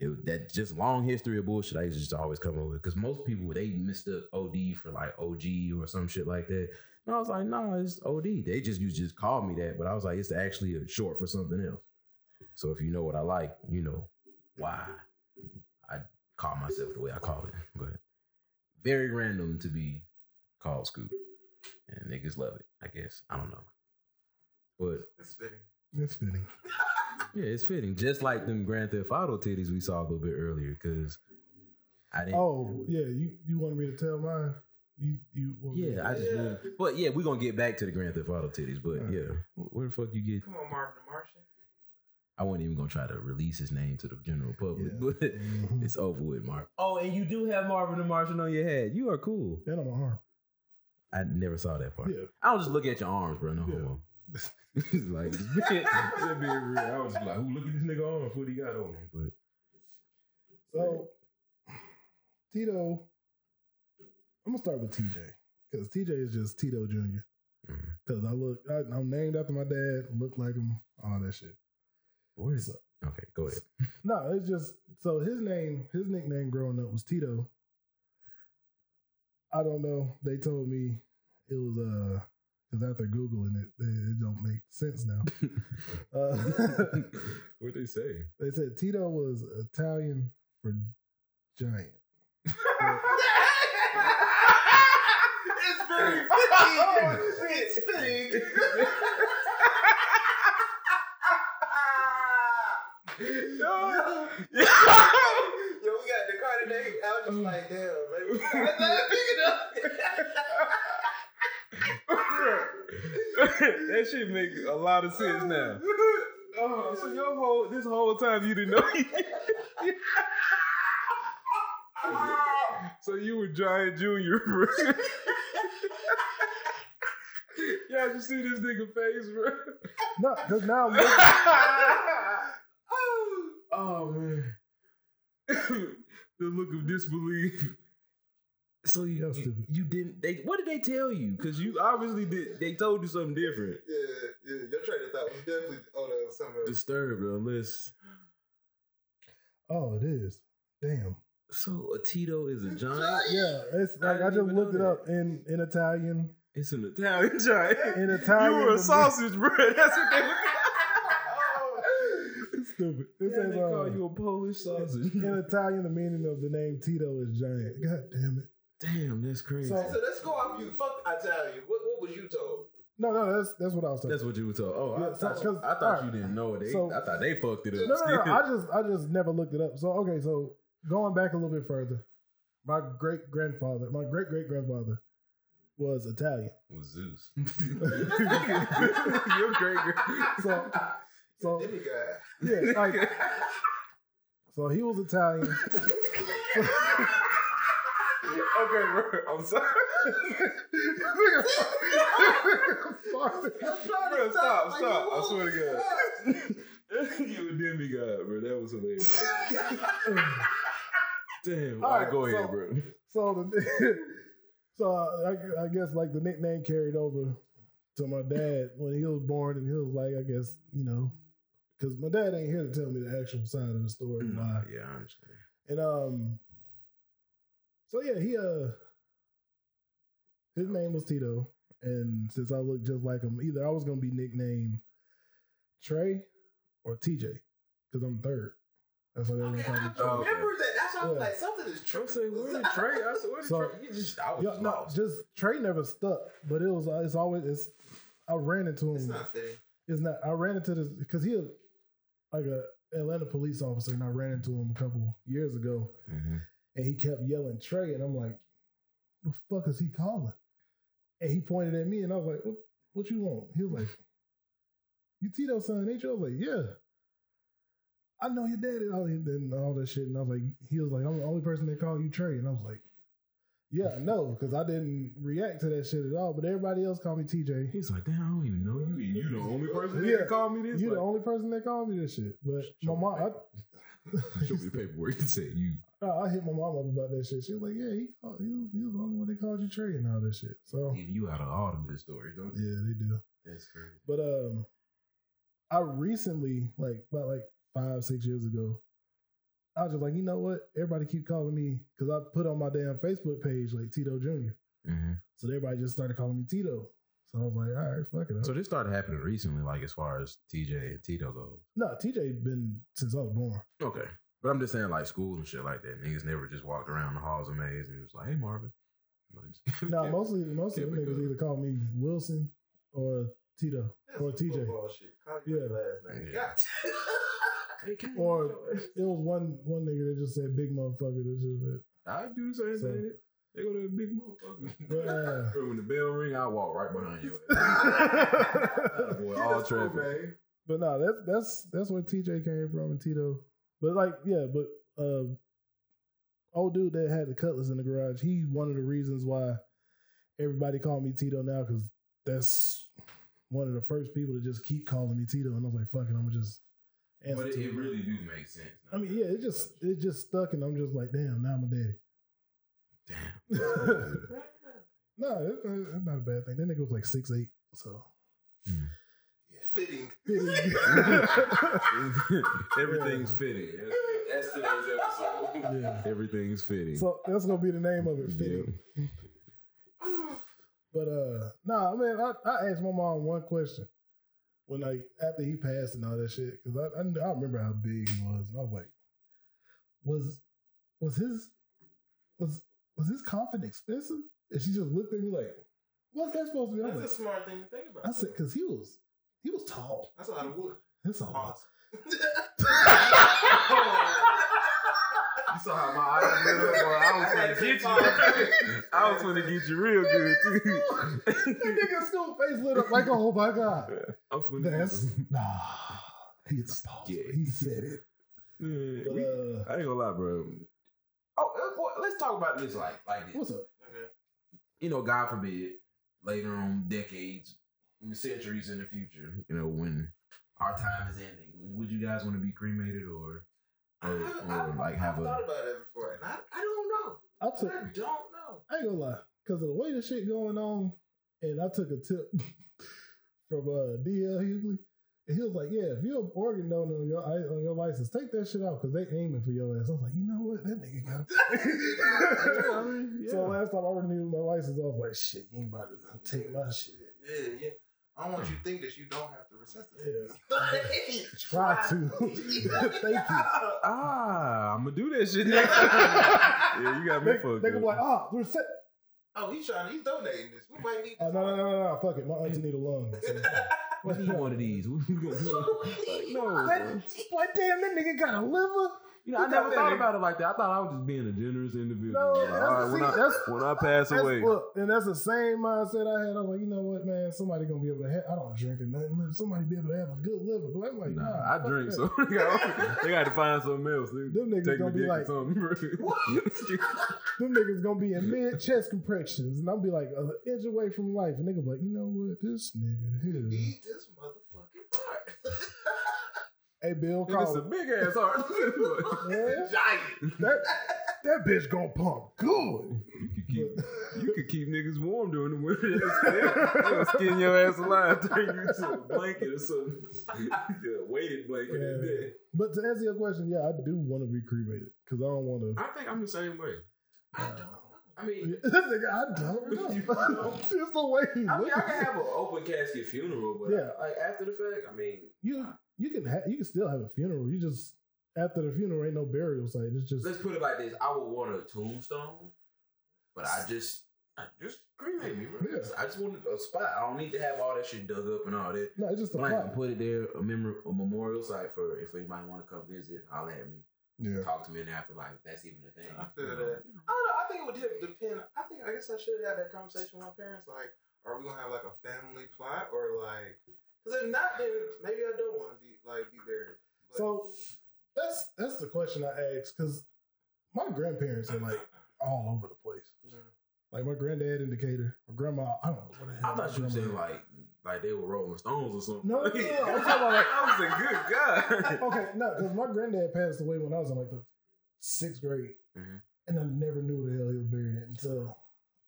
S5: It, that just long history of bullshit I used to just always come over because most people they missed up OD for like OG or some shit like that. And I was like, nah, it's OD. They just you just called me that, but I was like, it's actually a short for something else. So if you know what I like, you know why I call myself the way I call it. But very random to be called Scoop, and niggas love it. I guess I don't know, but
S4: It's fitting.
S3: It's fitting.
S5: yeah, it's fitting. Just like them Grand Theft Auto titties we saw a little bit earlier, because I didn't.
S3: Oh yeah, you you wanted me to tell mine? You you wanted me to-
S5: yeah, I just.
S4: Yeah.
S5: But yeah, we're gonna get back to the Grand Theft Auto titties. But
S3: Alright.
S5: yeah, where the fuck you get?
S4: Come on, Marvin the Martian.
S5: I wasn't even gonna try to release his name to the general public,
S3: Yeah.
S5: but
S3: Mhm.
S5: it's over with, Mark. Oh, and you do have Marvin the Martian on your head. You are cool.
S3: and on my arm.
S5: I never saw that part.
S3: Yeah,
S5: I don't just look at your arms, bro. No
S3: Yeah.
S5: homo. It's like, it's being, it's being real. I was like, who look at this nigga arms? What he got on him? But
S3: So Tito, I'm gonna start with TJ because TJ is just Tito Junior.
S5: Mhm.
S3: Because I look, I, I'm named after my dad, look like him, all that shit.
S5: where is it? Okay, go ahead.
S3: No, it's just so his name, his nickname growing up was Tito. I don't know. They told me it was uh because after googling it, it, it don't make sense now. uh,
S5: what they say?
S3: they said Tito was Italian for giant.
S4: it's very fitting.
S1: Oh,
S4: it's fitting. Yo, yo, we got the car today. I was just like, damn, baby. That's not big
S5: that shit make a lot of sense now.
S4: enough.
S5: Oh, so your whole this whole time you didn't know.
S4: Ah.
S5: so you were Giant Junior, bro. Y'all just see this nigga face, bro.
S3: No, because now I'm looking,
S5: Oh man, the look of disbelief. So you,
S3: Y'all
S5: you,
S3: stupid.
S5: you didn't. They what did they tell you? Because you obviously did. They told you something different.
S4: Yeah, yeah, your train of thought was definitely on uh, some of
S5: Disturbed, unless
S3: oh, it is. Damn.
S5: so. A Tito is a giant.
S3: Yeah, it's like I,
S5: didn't
S3: just
S5: even know
S3: looked it
S5: that.
S3: up in in Italian.
S5: It's an Italian giant.
S3: In Italian, the-
S5: bro. That's what they were.
S3: It's stupid. It
S5: Yeah,
S3: says,
S5: they
S3: uh,
S5: call you a Polish sausage.
S3: in Italian, the meaning of the name Tito is giant. God damn it.
S5: Damn, that's crazy.
S3: So-
S4: So let's go off you. Fuck Italian. What, what was you told?
S3: No, no, that's that's what I was talking.
S5: that's what you were told. Oh, I,
S3: Yeah, so-
S5: thought,
S3: 'cause-
S5: I thought
S3: alright.
S5: you didn't know it. They,
S3: So-
S5: I thought they fucked it up.
S3: No, no, no.
S5: still.
S3: I just I just never looked it up. So okay, so going back a little bit further, my great grandfather, my great great grandfather, was Italian.
S5: was Zeus. You're great, great.
S3: So so
S4: Demigod.
S3: yeah, like so he was Italian.
S5: Okay, bro. I'm sorry.
S4: I'm trying
S5: Bro,
S4: to
S5: stop,
S4: like,
S5: stop.
S4: you
S5: I swear to
S4: won't.
S5: God. you a demigod, bro. That was hilarious. Damn. All right,
S3: Alright,
S5: go ahead,
S3: so-
S5: bro.
S3: So, the, so I, I guess like the nickname carried over to my dad when he was born, and he was like, I guess you know, because my dad ain't here to tell me the actual side of the story. and
S4: Mm-hmm.
S3: Why?
S5: yeah, I understand.
S3: And um, so yeah, he uh, his name was Tito, and since I looked just like him, either I was gonna be nicknamed Trey or TJ because I'm third. That's what everyone
S4: Okay,
S3: called
S4: I
S3: me.
S4: remember that. That's why I was
S3: Yeah.
S4: like, something is true.
S5: I'm saying, where did Trey? I said, where did
S3: So-
S5: Trey? You just, I was
S3: Yeah, no,
S5: lost.
S3: just Trey never stuck, but it was it's always it's. I ran into him.
S4: It's not fitting.
S3: It's not- I ran into this because he a- like a Atlanta police officer, and I ran into him a couple years ago,
S5: Mm-hmm.
S3: and he kept yelling Trey, and I'm like, "The fuck is he calling?" And he pointed at me, and I was like, "What? What you want?" He was like, "You Tito son, ain't you?" I was like, "Yeah." I know your daddy and all, and all that shit, and I was like, he was like, "I'm the only person that called you Trey," and I was like, "Yeah, no," because I didn't react to that shit at all. But everybody else called me TJ.
S5: He's like, damn, I don't even know you. You the only person that
S3: Yeah.
S5: can call me this.
S3: You
S5: like,
S3: the only person that called me this shit. But
S5: Show
S3: my mom,
S5: me the
S3: I,
S5: Show me the paperwork. It said you.
S3: I, I hit my mom up about that shit. She was like, "Yeah, he called, he, was, he was the only one that called you Trey and all that shit." So
S5: Leave you out of all the good stories, don't you?
S3: yeah, they do.
S5: That's crazy.
S3: But um, I recently, like about like five six years ago, I was just like, you know what? Everybody keep calling me because I put on my damn Facebook page like Tito Jr.
S5: Mhm.
S3: So everybody just started calling me Tito. So I was like, all right, fuck it.
S5: So this started happening recently, like as far as TJ and Tito go.
S3: no, TJ been since I was born.
S5: Okay. But I'm just saying, like school and shit like that. Niggas never just walked around the halls of maze and was like, "Hey, Marvin."
S3: No, mostly most of them
S5: Typical.
S3: niggas either call me Wilson or Tito
S4: That's
S3: or
S4: some
S3: TJ.
S4: football shit. Call you by your
S3: Yeah.
S4: last name.
S5: Yeah.
S4: God.
S3: Or it was one one nigga that just said big motherfucker. That's just it.
S5: I do the same
S3: So-
S5: thing. They go to a big motherfucker.
S3: But, uh,
S5: Bro, when the bell ring, I walk right behind you. Boy,
S4: Get
S5: all
S4: us through,
S5: traffic.
S4: man.
S3: but no, that's that's that's where TJ came from and Tito. But like, yeah, but uh, old dude that had the cutlass in the garage, he's one of the reasons why everybody called me Tito now because that's one of the first people to just keep calling me Tito, and I was like, fuck it, I'm gonna just answer.
S5: But it,
S3: to
S5: it
S3: him.
S5: really do make sense.
S3: I mean, yeah, it just it just stuck, and I'm just like, damn, now I'm a daddy. Damn. no, it, it- it's not a bad thing. That nigga was like six eight, so.
S4: Fitting.
S3: yeah.
S5: everything's fitting. That's, that's today's episode. Everything's fitting.
S3: So that's gonna be the name of it, fitting. But uh, nah, man, I, I asked my mom one question when like after he passed and all that shit because I, I kn- I remember how big he was and I was like, was was his was was his coffin expensive? And she just looked at me like, what's that supposed to be? I,
S4: That's
S3: was
S4: a
S3: like,
S4: smart thing to think about.
S3: I said Oh. because he was he was tall.
S4: That's a lot of wood.
S3: That's all.
S4: Pause.
S5: You saw how my eyes lit up, boy. I was gonna get you. I was gonna get you real good too.
S3: that nigga's still face lit up like, oh my god,
S5: I'm finna get
S3: that's
S5: you.
S3: nah. He's tall.
S5: Gay.
S3: He said it.
S5: Yeah,
S3: But,
S5: we-
S3: uh,
S5: I ain't gonna lie, bro. Oh, uh, boy, let's talk about this. Like, like this.
S3: what's up?
S4: Okay.
S5: you know, God forbid, later on, decades, in the centuries in the future, you know, when our time is ending, would you guys want to be cremated or,
S4: I,
S5: or,
S4: I,
S5: or
S4: I,
S5: like
S4: I've
S5: have
S4: thought
S5: a?
S4: about it before, and I, I don't know.
S3: I took
S4: I don't know.
S3: I ain't gonna lie, because of the way the shit going on, and I took a tip from uh DL Hughley, and he was like, "Yeah, if you're an organ donor on your on your license, take that shit out because they aiming for your ass." I was like, "You know what? That nigga got."
S5: Yeah, I
S3: a-"
S5: mean, yeah.
S3: So uh, last time I renewed my license, I was like, "Shit, you ain't about to take my shit."
S4: Yeah, yeah. I don't want you to think that you don't have to resuscitate.
S3: Try to. Thank you.
S5: ah, I'm gonna do that shit next. time. yeah, you got me
S3: They,
S5: fucked.
S3: they gonna
S5: up.
S3: be like, "Ah, we're set."
S4: Oh, he's trying. He's donating this. We might need.
S3: Oh no, no, no, no, no! Fuck it, my auntie need a lung. So,
S5: what do you want of these? What you gonna do? Like, no, bro.
S3: that, what? Damn, that nigga got a liver.
S5: you know, I
S4: got
S5: never
S4: that
S5: thought
S4: nigga.
S5: about it like that. I thought I was just being a generous individual.
S3: No,
S5: Like,
S3: that's
S5: all right,
S3: the-
S5: when,
S3: see,
S5: I,
S3: that's-
S5: when I pass
S3: That's-
S5: away,
S3: Look, and that's the same mindset I had. I was like, you know what, man? Somebody gonna be able to. Have, I don't drink or nothing. but Somebody be able to have a good liver. But I'm like, nah,
S5: nah, I
S3: fuck
S5: drink,
S3: that.
S5: so they got, they got to find something else. They-
S3: Them niggas
S5: Take my
S3: gonna be
S5: dick
S3: like,
S5: or something.
S3: them niggas gonna be in mid chest compressions, and I'll be like an inch away from life, and they gonna be like, you know what, this nigga here.
S4: Need this motherfucking
S3: Hey, Bill,
S5: it's
S3: call
S5: a
S3: him.
S5: big ass heart.
S4: part.
S3: Yeah,
S4: Giant.
S3: that that bitch gonna pump good.
S5: you could keep
S3: But-
S5: you could keep niggas warm during the winter. They'll skin- they'll skin your ass alive, turn you to a blanket or something. yeah, weighted blanket. and
S3: Yeah.
S5: then-
S3: But to answer your question, yeah, I do want to be cremated because I don't want to.
S5: I think I'm the same way.
S4: I don't know.
S5: I mean,
S3: nigga, I don't
S5: You
S3: know.
S5: know.
S3: Just the way he
S5: I mean, I
S3: looks.
S5: can have an open casket funeral, but
S3: Yeah.
S5: like after the fact, I mean,
S3: you you can ha- you can still have a funeral. You just after the funeral ain't no burial site. It's just
S5: let's put it like this: I would want a tombstone, but I just, I just cremate me, bro.
S3: Yeah.
S5: I just wanted a spot. I don't need to have all that shit dug up and all that.
S3: no, it's just a
S5: Blank and
S3: plot.
S5: put it there, a memor- a memorial site for if anybody want to come visit, holler at me,
S3: Yeah,
S5: talk to me in the afterlife. If that's even a thing.
S4: I feel that. I don't know. I think it would de- depend. I think I guess I should have had that conversation with my parents. Like, are we gonna have like a family plot or like? Because if not, then maybe I don't want to be like be buried. But-
S3: So that's that's the question I asked because my grandparents are like all over the place.
S4: Yeah.
S3: Like my granddad in Decatur, my grandma. I don't know what the hell. my
S5: I thought you were
S3: grandma-
S5: saying like like they were Rolling Stones or something.
S3: No, no, no,
S5: I
S3: I'm talking about, like-
S5: was a good guy.
S3: Okay, no, because my granddad passed away when I was in like the sixth grade,
S5: Mhm.
S3: and I never knew where the hell he was buried at until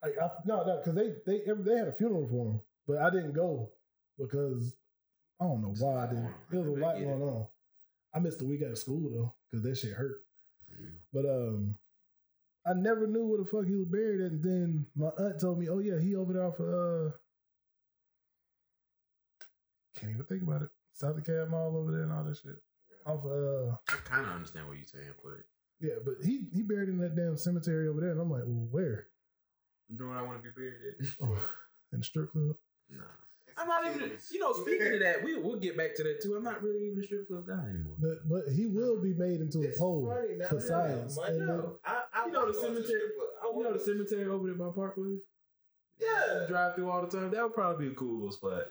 S3: like I no no because they they they had a funeral for him, but I didn't go because I don't know
S5: Just
S3: why I
S5: lot
S3: didn't.
S5: going on.
S3: There was a
S5: I
S3: lot
S5: get
S3: going
S5: it.
S3: on. I missed a week out of school though because that shit hurt.
S5: Mm.
S3: But um, I never knew where the fuck he was buried at. And then my aunt told me, "Oh yeah, he over there off of, uh." Can't even think about it. South of Cab Mall over there and all that shit. Off of, uh,
S5: I kind of understand what you're saying, but
S3: yeah, but he he buried in that damn cemetery over there, and I'm like, well, where?
S5: you know what I want to be buried at?
S3: Oh, in the strip club.
S5: nah. I'm not even, you know, speaking of that, we, we'll get back to that too. I'm not really even a strip club guy anymore.
S3: But but he will be made into a
S4: It's
S3: pole
S4: funny now
S3: for
S4: that I
S3: science.
S4: might
S3: And then-
S4: know. I, I
S5: You know
S4: wanna go to
S5: the
S4: the
S5: cemetery-
S4: strip club. I
S5: You know
S4: wanna-
S5: the cemetery over there by Parkway?
S4: Yeah.
S5: Drive through all the time. That would probably be a cool little spot.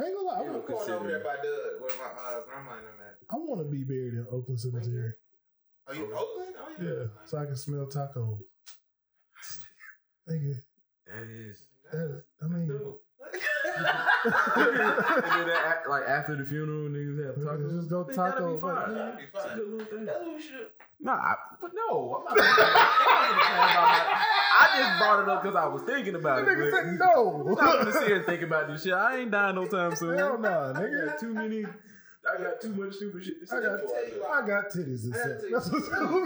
S3: I ain't gonna lie, I
S4: I'm
S3: want,
S4: going over
S5: consider
S4: there
S5: it.
S4: by Doug where my uh, grandma and them at.
S3: I want to be buried in Oakland Cemetery.
S4: Are you in Oakland? Oh yeah.
S3: Yeah,
S4: that's
S3: so I can smell tacos. Nigga,
S5: That is.
S3: that is, I mean,
S5: and
S4: nice.
S5: then that, like after the funeral, niggas have tacos.
S3: just go
S5: I think
S3: taco.
S5: That'd be fine.
S4: That'd be
S5: It's a
S4: fun.
S5: good little thing.
S4: That's what we should.
S5: Nah, I, but no, I'm not. I'm not even talking about that. I just brought it up because I was thinking about
S3: That
S5: it.
S3: nigga
S5: but
S3: said
S5: I'm not gonna sit
S3: no.
S5: here and think about this shit. I ain't dying no time soon.
S3: Hell nah,
S5: I
S3: nigga.
S5: got too many. I got too much stupid shit to say.
S3: I got, I got titties and
S4: I
S3: stuff.
S4: got
S3: That's what's going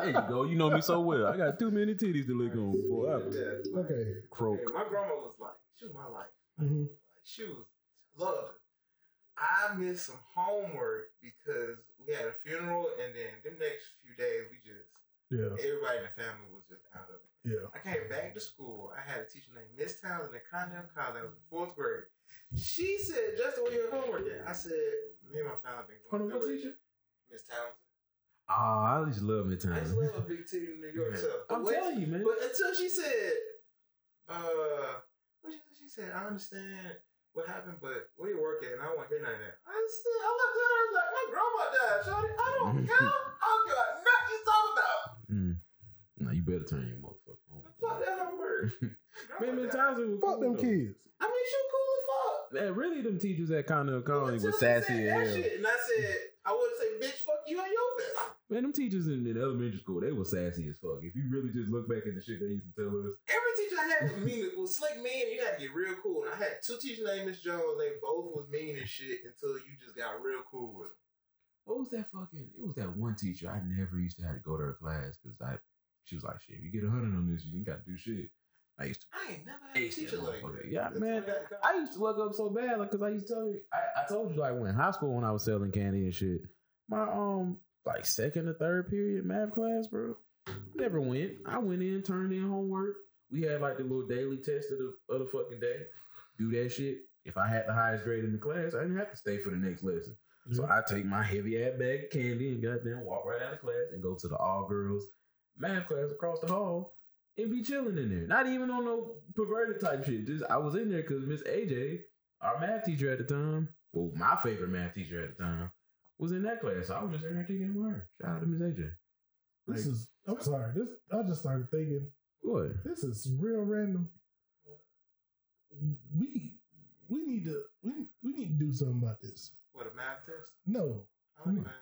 S5: There you go. You know me so well. I got too many titties to lick on before I
S4: Yeah.
S3: Okay.
S5: croak.
S4: Yeah, my grandma was like, she was my life.
S3: hmm
S4: Like, she was loved. I missed some homework because we had a funeral and then the next few days we just
S3: Yeah,
S4: everybody in the family was just out of it.
S3: yeah.
S4: I came back to school. I had a teacher named Miss Townsend at Condell College. I was in fourth grade. She said, Justin, where your homework at? I said, me and my family been going
S5: Hold on, what
S4: through it."
S5: teacher?
S4: Miss Townsend.
S5: Ah, I just love
S4: I used
S5: midtime.
S4: to love a big team in New York.
S5: Yeah.
S4: So the
S5: I'm
S4: way-
S5: telling you, man.
S4: But until she said, uh, what she, she said, I understand what happened, but where you work at? And I don't want to hear none of that. I said, I looked at her, I was like, my grandma died, Shawty. I don't care. I don't care what nothing you talking about.
S5: Mm. Nah, you better turn your motherfucker
S4: Fuck
S5: on.
S4: that homework. My
S5: Man,
S4: grandma
S5: man,
S4: died.
S5: Townsend was
S3: Fuck
S5: cool,
S3: them
S5: though.
S3: kids.
S4: I mean, she cool as fuck.
S5: Man, really, them teachers at Connell College
S4: Until
S5: was
S4: she
S5: sassy
S4: said
S5: as
S4: that
S5: hell.
S4: shit, And I said, I would say, bitch, fuck you and your bitch.
S5: Man, them teachers in, in elementary school, they were sassy as fuck. If you really just look back at the shit they used to tell us,
S4: Every teacher I had was mean. was slick mean. and You had to get real cool. And I had two teachers named Miss Jones. They both was mean and shit until you just got real cool with them.
S5: what was that fucking? It was that one teacher I never used to have to go to her class because I, she was like, shit, if you get a hundred on this, you ain't got to do shit. I used to
S4: I ain't never had a
S5: Ace that
S4: teacher like
S5: motherfucker.
S4: that.
S5: Yeah,
S4: That's
S5: man,
S4: what got-
S5: I used to look up so bad, like, cause I used to tell you, I, I told you, like, when high school, when I was selling candy and shit, my um, like second or third period math class, bro, never went. I went in, turned in homework. We had like the little daily test of the, of the fucking day. Do that shit. If I had the highest grade in the class, I didn't have to stay for the next lesson. So
S3: Mm-hmm.
S5: I take my heavy ass bag of candy and goddamn walk right out of class and go to the all girls math class across the hall and be chilling in there. Not even on no perverted type shit. Just I was in there because Miss AJ, our math teacher at the time, well, my favorite math teacher at the time, was in that class. So I was just in there kicking with her. Shout out to Miss AJ.
S3: This is. I'm sorry. This. I just started thinking.
S5: What?
S3: This is real random. We we need to we we need to do something about this.
S4: What a math test.
S3: No,
S4: I like
S5: Hmm.
S4: math.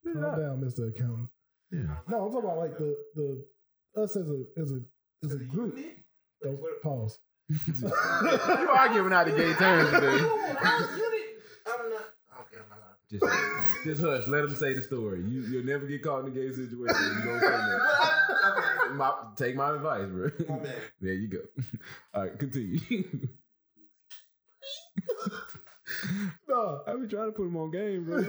S5: Spit it
S3: calm
S5: out.
S3: down, Mister Accountant.
S5: Yeah.
S3: No, I'm talking about like the the us as a as a as a
S4: The
S3: group.
S4: unit?
S3: Don't
S4: What-
S3: pause.
S5: you are giving out the gay terms today.
S4: How's unit? I'm not. Okay, I'm not.
S5: Just, just hush. Let them say the story. You, you'll never get caught in a gay situation. if You don't say
S4: But
S5: that.
S4: I,
S5: My, take my advice, bro.
S4: okay, my bad.
S5: There you go. All right, continue.
S3: No.
S5: I be trying to put him on game, bro.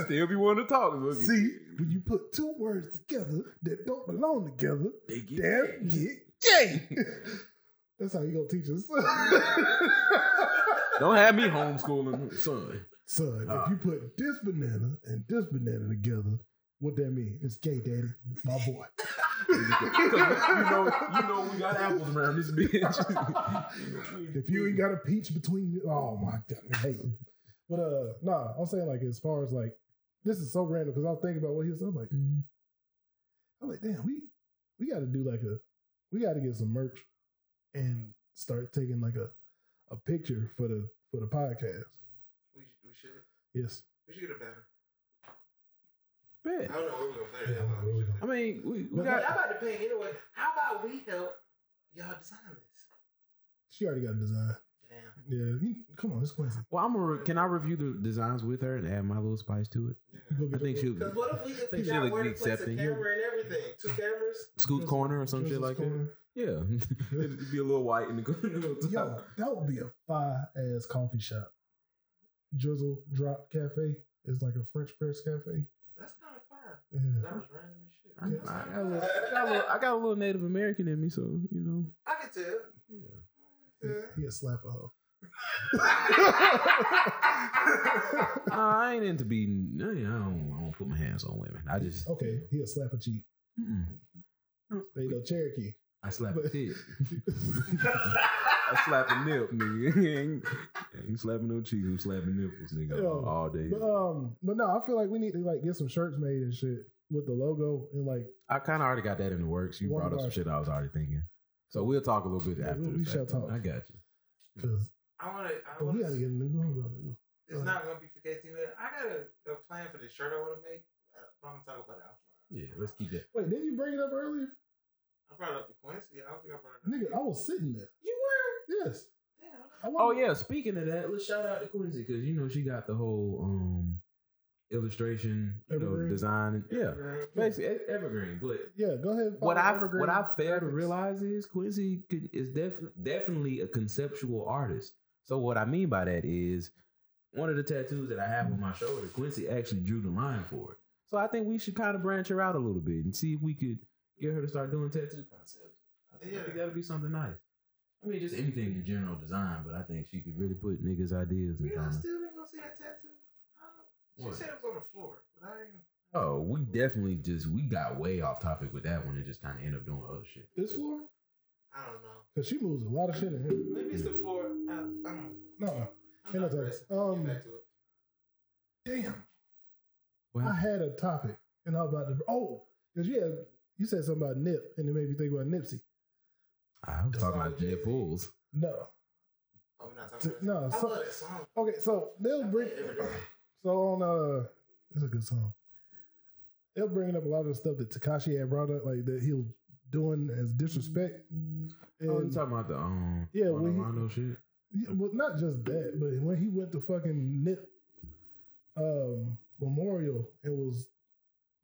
S5: Still be wanting to talk. Look at-
S3: See, when you put two words together that don't belong together,
S5: they get
S3: damn
S5: gay.
S3: get gay. That's how you gonna teach us.
S5: Don't have me homeschooling, son.
S3: Son,
S5: Ah.
S3: if you put this banana and this banana together, what that mean? It's gay, daddy. My boy.
S5: you know, you know, we got apples around this bitch.
S3: if you ain't got a peach between you, oh my god, I hate it. But uh, nah, I'm saying like as far as like this is so random because I was thinking about what he was. I was like,
S5: Mhm.
S3: I was like, damn, we we got to do like a, we got to get some merch and start taking like a a picture for the for the podcast.
S4: We, we should.
S3: Yes.
S4: We should get a banner.
S5: Bet.
S4: I don't know where we're gonna play that. but we should.
S5: I mean, we, we
S3: But
S4: Y'all
S5: got.
S4: about to pay anyway. How about we help y'all design this?
S3: She already got a design.
S4: Damn.
S3: Yeah, he, come on, it's Quincy.
S5: Well, I'm gonna. Can I review the designs with her and add my little spice to it?
S4: Yeah.
S3: Go get
S5: I think
S3: your-
S5: she'll
S4: Because what if we could
S5: think
S4: figure
S5: she'll
S4: out where
S5: be
S4: to place a
S5: accepting.
S4: camera and everything? Two cameras?
S5: Scoot
S3: Just-
S5: corner or some
S3: Just
S5: shit
S3: this
S5: like that.
S3: corner.
S5: Yeah, it'd be a little white in the corner.
S3: Yo, that would be a fire ass coffee shop. Drizzle Drop Cafe is like a French press cafe.
S4: That's kind of fine.
S3: Yeah.
S4: That was random as shit.
S5: I, I got a little, I got a little- I got a little Native American in me, so you know.
S4: I can tell.
S3: He a slapper hoe.
S5: Uh, I ain't into beating. I, ain't- I don't, I don't put my hands on women. I just
S3: Okay, he a slapper cheek.
S5: mm-mm.
S3: They go Cherokee.
S5: I slap a
S3: But-
S5: tit. I slap a nip, nigga. ain't, ain't slapping no cheeks. I'm slapping nipples, nigga,
S3: Yo,
S5: all day.
S3: But um, but no, I feel like we need to like get some shirts made and shit with the logo and like
S5: I kind of already got that in the works. You
S3: One
S5: brought up some
S3: bar.
S5: shit I was already thinking. So we'll talk a little bit
S3: Yeah,
S5: after.
S3: we-
S5: the
S3: we
S5: fact.
S3: shall talk.
S5: I got you.
S3: because
S4: I want to. I
S3: but we
S4: want
S3: gotta
S4: to.
S3: get a new logo.
S4: It's not gonna be for KT. Man. I got a, a plan for the shirt I want to make. uh, But I'm gonna talk about it offline.
S5: Yeah, let's keep that.
S3: Wait, didn't you bring it up earlier?
S4: I brought up the Quincy. I don't think I brought it up.
S3: Nigga, I was sitting there.
S4: You were.
S3: Yes.
S4: Damn.
S3: I
S5: Oh
S3: wasn't-
S5: yeah, speaking of that, let's shout out to Quincy because you know she got the whole um illustration, you know,
S3: Evergreen.
S5: design. Yeah,
S4: Girl.
S5: basically e- evergreen. But
S3: Yeah, go ahead. and
S5: what
S3: follow
S5: I
S3: Evergreen
S5: what I fail to
S3: Graphics.
S5: realize is Quincy can, is def- definitely a conceptual artist. So what I mean by that is one of the tattoos that I have on my shoulder, Quincy actually drew the line for it. So I think we should kind of branch her out a little bit and see if we could get her to start doing tattoo concepts. I think- I think
S4: Yeah.
S5: that would be something nice. I mean, just anything in general design, but I think she could really put niggas' ideas in
S4: You know, I
S5: kind
S4: still didn't go see that tattoo. I don't know. She
S5: What?
S4: said it was on the floor, but I didn't.
S5: Oh, we definitely just we got way off topic with that one and just kind of end up doing other shit.
S3: this floor
S4: I don't know.
S3: because she moves a lot of shit in here.
S4: Maybe it's the floor. I, I don't know.
S3: No, no.
S4: I'm
S3: Ain't no
S4: not
S3: topic.
S4: pressing.
S3: Um,
S4: Get back to it.
S3: Damn, I
S5: Well,
S3: had a topic and I was about to. Oh, because you had you said something about Nip and it made me think about Nipsey.
S5: I was talking about Jay Pools.
S3: No,
S4: Oh, we're not talking about
S3: T- no,
S4: that. I
S3: so-
S4: love that song.
S3: okay, so they'll bring. So on uh, it's a good song. They'll bring up a lot of the stuff that Takashi had brought up, like that he was doing as disrespect.
S5: Oh, you
S3: And-
S5: talking about the um
S3: Yeah,
S5: Rondo
S3: when he-
S5: Rondo shit?
S3: Yeah, well, not just that, but when he went to fucking Nip um, Memorial, it was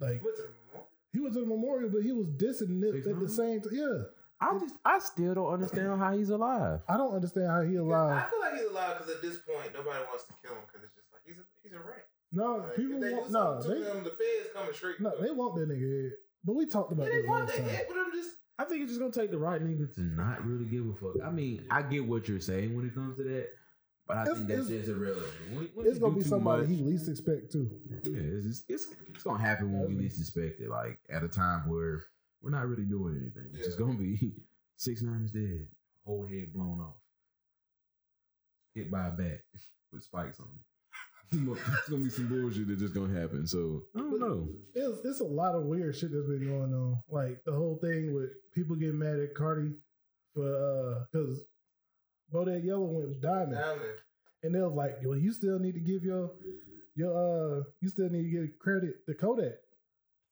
S3: like
S4: What's it, Mom?
S3: he was at a memorial, but he was dissing Nip
S5: Six
S3: at the
S5: Nine?
S3: same time. Yeah,
S5: I just I still don't understand how he's alive.
S3: I don't understand how he allowed.
S4: I feel like he's alive because at this point nobody wants to kill him because it's just like he's a he's a rat.
S3: No,
S4: Like, if
S3: Uh, people
S4: they do
S3: want no,
S4: something
S3: they
S4: to him, the feds coming straight.
S3: no,
S4: for
S3: they
S4: him.
S3: want that nigga head. But we talked about
S4: Yeah, they
S3: this
S4: want
S3: last
S4: that
S3: time.
S4: hit, but I'm just
S5: I think it's just gonna take the right nigga to not really give a fuck. I mean, I get what you're saying when it comes to that, but I
S3: It's-
S5: think that's
S3: it's-
S5: just irrelevant. When, when
S3: It's
S5: you
S3: gonna
S5: do
S3: be
S5: too
S3: somebody
S5: much-
S3: he least expect too.
S5: yeah, it's, just- it's it's gonna happen when we least expect it. Like at a time where we're not really doing anything. It's just
S4: Yeah.
S5: gonna be six nine is dead, whole head blown off, hit by a bat with spikes on it. it's gonna be some bullshit that's just gonna happen. So I don't know.
S3: It's it's a lot of weird shit that's been going on. Like the whole thing with people getting mad at Cardi for because Bodak Yellow went diamond.
S4: down there.
S3: And they was like, well, you still need to give your your uh you still need to give credit to Kodak.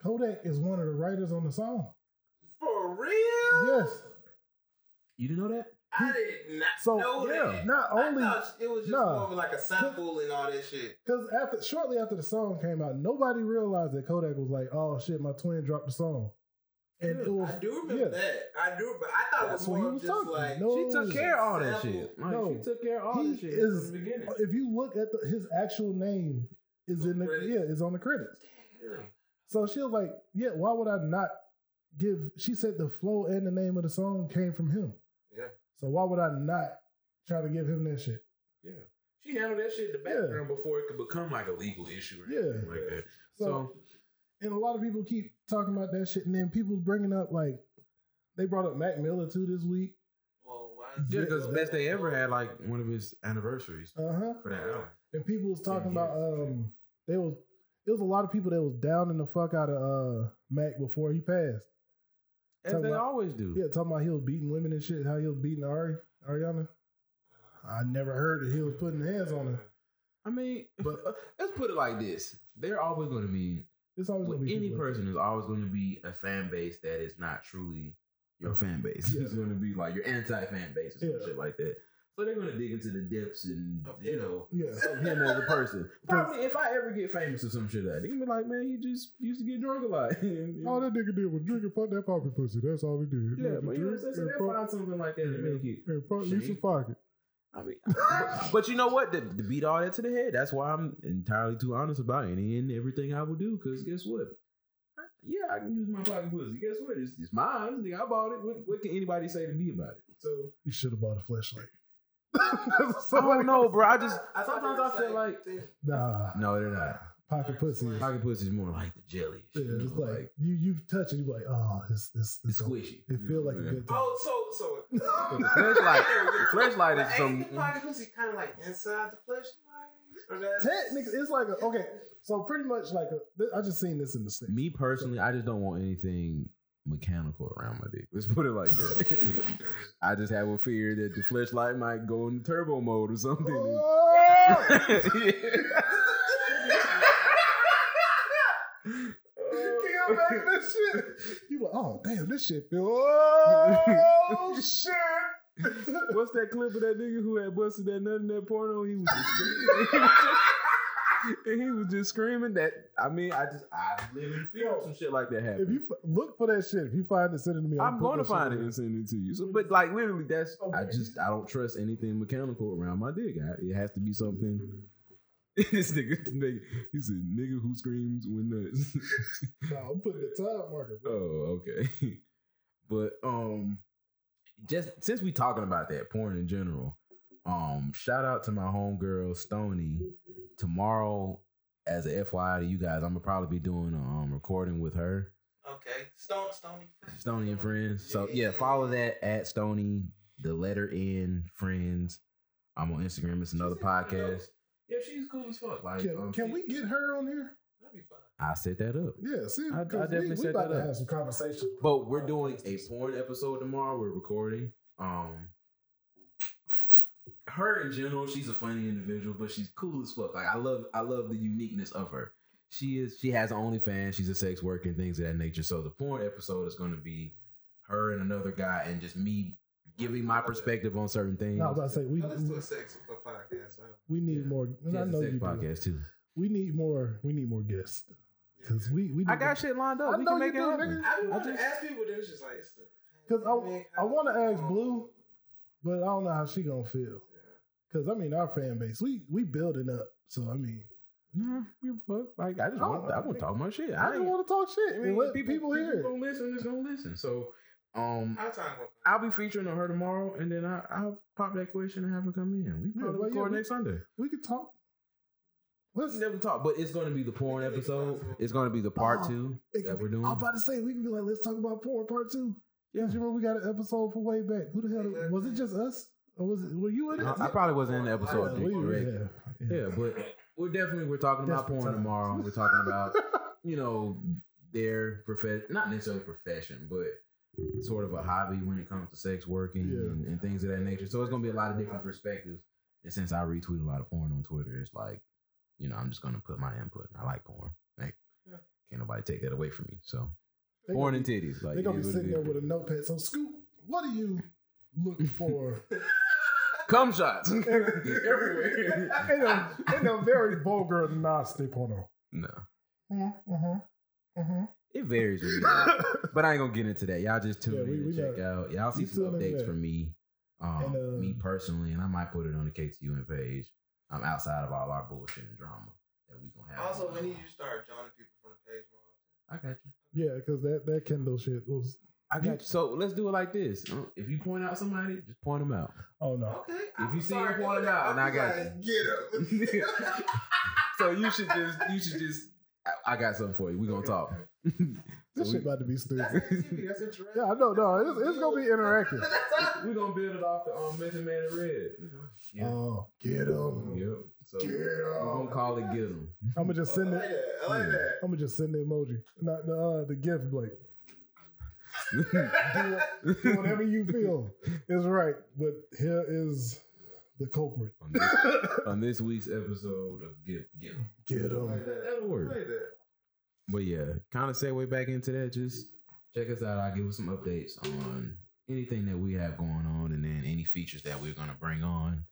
S3: Kodak is one of the writers on the song.
S4: For real?
S3: Yes.
S5: You didn't know that?
S4: I did not
S3: So
S4: know
S3: yeah,
S4: that.
S3: not
S4: I
S3: only
S4: thought it was just
S3: nah.
S4: more of like a sample and all that shit.
S3: because after shortly after the song came out, nobody realized that Kodak was like, oh shit, my twin dropped the song. And it was
S4: I do remember
S3: yeah.
S4: that. I do, but I thought it was
S3: That's what
S4: more
S3: he
S4: of
S3: was
S4: just
S3: talking.
S4: like
S3: No.
S5: She took care of all that
S4: Sample.
S5: shit. Like,
S3: No.
S5: she took care of all
S3: He
S5: that shit
S3: is-
S5: from the beginning.
S3: if you look at the, his actual name is
S4: On
S3: in the
S4: credits?
S3: yeah, is on the credits.
S4: Damn.
S3: So she was like, yeah, why would I not give? She said the flow and the name of the song came from him.
S4: Yeah.
S3: So why would I not try to give him that shit?
S5: Yeah. She handled that shit in the
S3: Yeah.
S5: background before it could become like a legal issue or
S3: Yeah.
S5: anything like that.
S3: So,
S5: So,
S3: and a lot of people keep talking about that shit, and then people's bringing up like they brought up Mac Miller too this week.
S4: Well, why is
S5: yeah,
S4: it-
S5: because best they ever had like one of his anniversaries
S3: Uh huh.
S5: for that album.
S3: And people was talking
S5: Yeah,
S3: about um, they was it was a lot of people that was downing the fuck out of uh Mac before he passed.
S5: As
S3: Talking
S5: they
S3: about-
S5: always do.
S3: Yeah, talking about he was beating women and shit, how he was beating Ari Ariana. I never heard that he was putting hands on her.
S5: I mean,
S3: But-
S5: let's put it like this. They're always going to be,
S3: It's always gonna
S5: with
S3: be
S5: any
S3: people like
S5: person is always going to be a fan base that is not truly your fan base.
S3: Yeah.
S5: It's going to be like your anti fan base or some
S3: Yeah.
S5: shit like that. So they're gonna dig into the depths and
S4: Of
S5: you
S4: him.
S5: know
S3: Yeah.
S5: of him as a person. Oh, Probably if I ever get famous or some shit like that, they gonna be like, man, he just used to get drunk a lot. And-
S3: All that nigga did was drink and fuck that poppy pussy. That's all he did.
S5: yeah, but you know what I'm saying?
S3: Drink
S5: So
S3: and
S5: they'll
S3: fuck-
S5: find something like that to make it.
S3: and fuck Lisa's
S5: Shame.
S3: pocket.
S5: I mean, but you know what? To, to beat all that to the head, that's why I'm entirely too honest about any and everything I will do. Because guess what? Yeah, I can use my fucking pussy. Guess what? It's, it's mine. Nigga, I bought it. What, what can anybody say to me about it? So
S3: You should have bought a flashlight.
S5: I
S3: Oh.
S5: don't know, bro. I just
S4: I thought
S5: sometimes
S4: they were
S5: I
S4: the
S5: feel
S4: same
S5: like
S4: thing.
S3: Nah.
S5: no, they're not.
S3: Pocket pussy. is-
S5: Pocket pussy's more like the jelly.
S3: Yeah,
S5: you
S3: it's
S5: know,
S3: like you you touch it, you be like, oh, this this
S5: it's
S3: this don't-
S5: squishy.
S3: It feel like a
S5: Yeah.
S3: good time.
S4: Oh, so so.
S5: The flashlight, the flashlight
S4: But
S5: is
S4: ain't
S5: some.
S4: the pocket pussy kind of like inside the flashlight? Or that's-
S3: Technically, it's like a, okay. So pretty much like a, th- I just seen this in the states.
S5: Me personally, I just don't want anything mechanical around my dick. Let's put it like that. I just have a fear that the flashlight might go in turbo mode or something.
S3: Oh! you like, oh damn, this shit feel. Oh shit!
S5: What's that clip of that nigga who had busted that nut in that porno? He was just and he was just screaming that. I mean, I just I live in fear of some shit like that
S3: If
S5: happening.
S3: you f- look for that shit, if you find it, send it to me. I'll
S5: I'm
S3: put
S5: going to
S3: that shit
S5: find it
S3: in
S5: and send it to you. So, but like literally, that's I just I don't trust anything mechanical around my dick. I, it has to be something. this nigga, nigga, he's a nigga who screams when nuts.
S3: there. No, I'm putting the time marker. Bro.
S5: oh, okay. But um, just since we talking about that porn in general, um, shout out to my homegirl Stony. Tomorrow, as a FYI to you guys, I'm gonna probably be doing a um recording with her.
S4: Okay, stone, stony.
S5: Stony and Friends. So yeah, follow that at Stony, the letter N Friends. I'm on Instagram. It's another podcast. Yeah, she's cool as fuck. Like,
S3: Can,
S5: um,
S3: can we get her on here?
S4: That'd be fun.
S5: I set that up.
S3: Yeah, see,
S5: I- I
S3: 'cause we,
S5: definitely
S3: we
S5: set
S3: about
S5: that
S3: to
S5: up.
S3: have some conversation.
S5: But we're doing a porn episode tomorrow. We're recording. Um, her in general, she's a funny individual, but she's cool as fuck. Like I love, I love the uniqueness of her. She is. She has OnlyFans. She's a sex worker and things of that nature. So the porn episode is going to be her and another guy, and just me giving my perspective on certain things.
S3: No, I was about to say we
S4: Now, let's do a sex a podcast. huh?
S3: we need
S5: Yeah.
S3: more.
S5: She
S3: and I
S5: has a
S3: know
S5: sex
S3: you do.
S5: podcast too.
S3: We need more. We need more guests because we we.
S5: I
S3: need
S5: got
S3: to-
S5: shit lined
S3: I
S5: up. We
S3: know
S5: can
S3: you
S5: make it
S3: do, nigga.
S5: happen.
S4: I be wanting
S3: just-
S4: to ask people, they're just like, it's the
S3: 'Cause I-
S4: pandemic,
S3: I
S4: how
S3: want to
S4: does it
S3: ask
S4: go?
S3: Blue, but I don't know how she gonna feel.
S4: Yeah.
S3: Cause I mean, our fan base, we we building up. So I mean,
S5: Nah, give a fuck. Like I just
S3: No,
S5: want, I want to talk my shit.
S3: I
S5: I
S3: don't
S5: ain't
S3: want to talk shit.
S5: I mean,
S3: Let
S5: people,
S3: people hear.
S5: Gonna listen, is gonna listen. So, um,
S4: Our time will come.
S5: I'll be featuring on her tomorrow, and then I, I'll pop that question and have her come in. We
S3: Yeah,
S5: probably
S3: well, yeah,
S5: record
S3: we-
S5: next Sunday.
S3: We could talk. Let's.
S5: Let's never talk, but it's going to be the porn
S4: It's
S5: episode.
S4: possible.
S5: It's going to be the part
S3: Oh,
S5: two
S3: it
S5: that
S3: could
S5: we're
S3: be-
S5: doing.
S3: I'm about to say we can be like, let's talk about porn part two.
S5: Yeah.
S3: Yeah, you remember we got an episode from way back. Who the hell was it? Just us, or was it? Were you in it?
S5: No, I probably wasn't in the
S4: Yeah,
S5: episode.
S3: we
S5: Dick,
S3: were-
S5: right?
S3: yeah, yeah.
S5: Yeah, but we're definitely we're talking about
S3: Desperate
S5: porn
S3: times.
S5: tomorrow. We're talking about you know their profession, not necessarily profession, but sort of a hobby when it comes to sex working
S3: Yeah.
S5: and, and things of that nature. So it's gonna be a lot of different perspectives. And since I retweet a lot of porn on Twitter, it's like you know I'm just gonna put my input. I like porn. Like
S4: Yeah.
S5: can't nobody take that away from me. So
S3: They
S5: porn
S3: gonna
S5: and
S3: be-
S5: titties. Like
S3: They gonna
S5: it
S3: be
S5: is what it
S3: sitting there
S5: is.
S3: with a notepad. So Scoop, what do you look for?
S5: cum shots
S3: everywhere. in, a, in a very vulgar nasty porno.
S5: no,
S3: Mm-hmm. Mm-hmm.
S5: it varies with me. But I ain't gonna get into that. Y'all just tune
S3: Yeah, we-
S5: in
S3: we
S5: and check out. Y'all see
S3: we
S5: some
S3: tune in
S5: updates
S3: back.
S5: from me, um,
S3: And, uh,
S5: me personally, and I might put it on the KTUN page. I'm outside of all our bullshit and drama that we gonna have.
S4: Also, when you start joining people from the page more.
S5: I got you.
S3: yeah, because that, that Kindle shit was.
S5: I got you. So let's do it like this. Uh, If you point out somebody, just point them out.
S3: Oh no.
S4: Okay. If
S5: you see him pulling out, and I got you.
S4: Get up.
S5: So you should just, you should just. I, I got something for you. We gonna talk.
S3: This
S5: So
S3: shit
S5: we-
S3: about to be stupid.
S4: That's activity. That's interactive.
S3: Yeah, I know. No, it's, it's gonna be interactive.
S4: That's-
S5: we gonna build it off the um, Method Man and Red. Yeah.
S3: Oh, get him.
S5: Yep. So
S3: Get
S5: we're gonna
S3: him.
S5: call it get 'em.
S3: I'm gonna just send
S4: I like
S3: it.
S4: that. I like that.
S3: I'm gonna just send the emoji, not the uh, the gift. Like, do, what- do whatever you feel is right. But here is the culprit.
S5: on this, on this week's episode of Get Get.
S3: Get
S4: I like
S3: him.
S4: that.
S5: That'll
S4: I
S5: work.
S4: like that.
S5: But yeah, kind of segue back into that. Just check us out. I'll give us some updates on anything that we have going on, and then any features that we're gonna bring on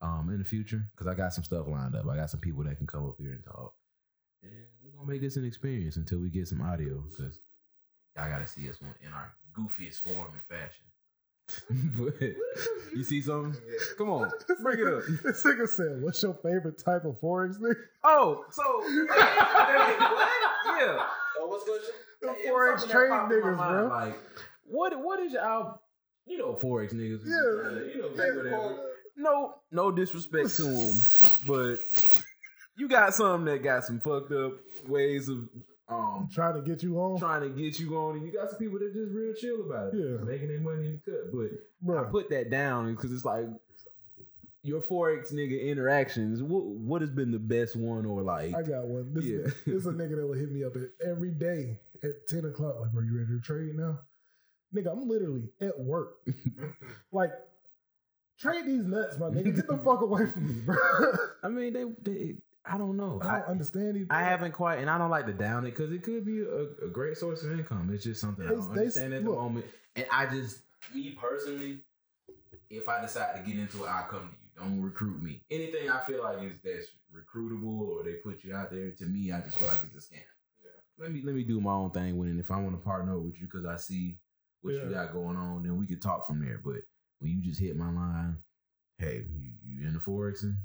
S5: um, in the future. Because I got some stuff lined up. I got some people that can come up here and talk, and we're gonna make this an experience until we get some audio. Because y'all gotta see us in our goofiest form and fashion. but you see something? Come on, bring it up.
S3: This nigga said, "What's your favorite type of forex?" Nigga,
S5: Oh,
S4: So
S5: yeah.
S4: Oh, what's good? shit?
S3: the
S5: It was
S3: forex
S5: something that
S3: trade
S5: popped in my
S3: niggas,
S5: mind,
S3: bro.
S5: Like, what what is y'all? You know, forex niggas.
S3: Yeah.
S5: you know,
S4: Hey,
S5: they whatever.
S4: Paul,
S5: No, no disrespect to them, but you got some that got some fucked up ways of um
S3: Trying to get you home,
S5: trying to get you on, and you got some people that just real chill about it,
S3: Yeah.
S5: making their money in the cut. But I
S3: bro.
S5: put that down because it's like your forex nigga interactions. What what has been the best one or like?
S3: I got one. This,
S5: Yeah.
S3: this is a nigga that will hit me up at, every day at 10 o'clock. Like, bro, you ready to trade now? Nigga, I'm literally at work. like, trade these nuts, my nigga. Get the fuck away from me, bro.
S5: I mean, they, they I don't know.
S3: I don't understand these.
S5: I haven't quite, and I don't like to down it because it could be a, a great source of income. It's just something I
S3: It's-
S5: don't
S3: they-
S5: understand at the
S3: look.
S5: moment. And I just, me personally, if I decide to get into it, I'll come to you. Don't recruit me. Anything I feel like is that's recruitable or they put you out there, to me, I just feel like it's a scam.
S4: Yeah.
S5: Let me let me do my own thing with it. If I want to partner up with you because I see what you
S3: Yeah.
S5: got going on, then we could talk from there. But when you just hit my line, hey, you, you into forexing?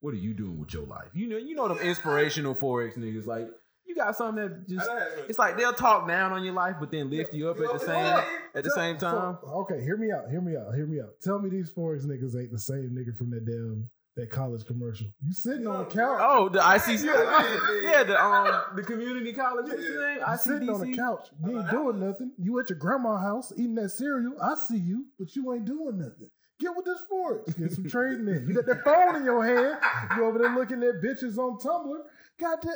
S5: What are you doing with your life? You know, you know them inspirational forex niggas. Like you got something that
S4: I
S5: just
S4: done had some-
S5: it's like they'll talk down on your life, but then lift you up
S4: You
S5: at the
S4: know,
S5: same
S4: it's
S5: at the
S3: Tell-
S5: same
S3: so-
S5: time.
S3: okay, hear me out. Hear me out. Hear me out. Tell me these Forex niggas ain't the same nigga from that damn that college commercial. You sitting on a couch.
S5: Oh, the ICC,
S4: Yeah.
S5: yeah, the um the community college, what's
S4: Yeah.
S5: the name?
S3: You sitting on a
S5: ICDC.
S3: couch. You ain't doing nothing. You at your grandma's house eating that cereal. I see you, but you ain't doing nothing. Get with this Forex. Get some trading in. You got that phone in your hand. You over there looking at bitches on Tumblr. God damn.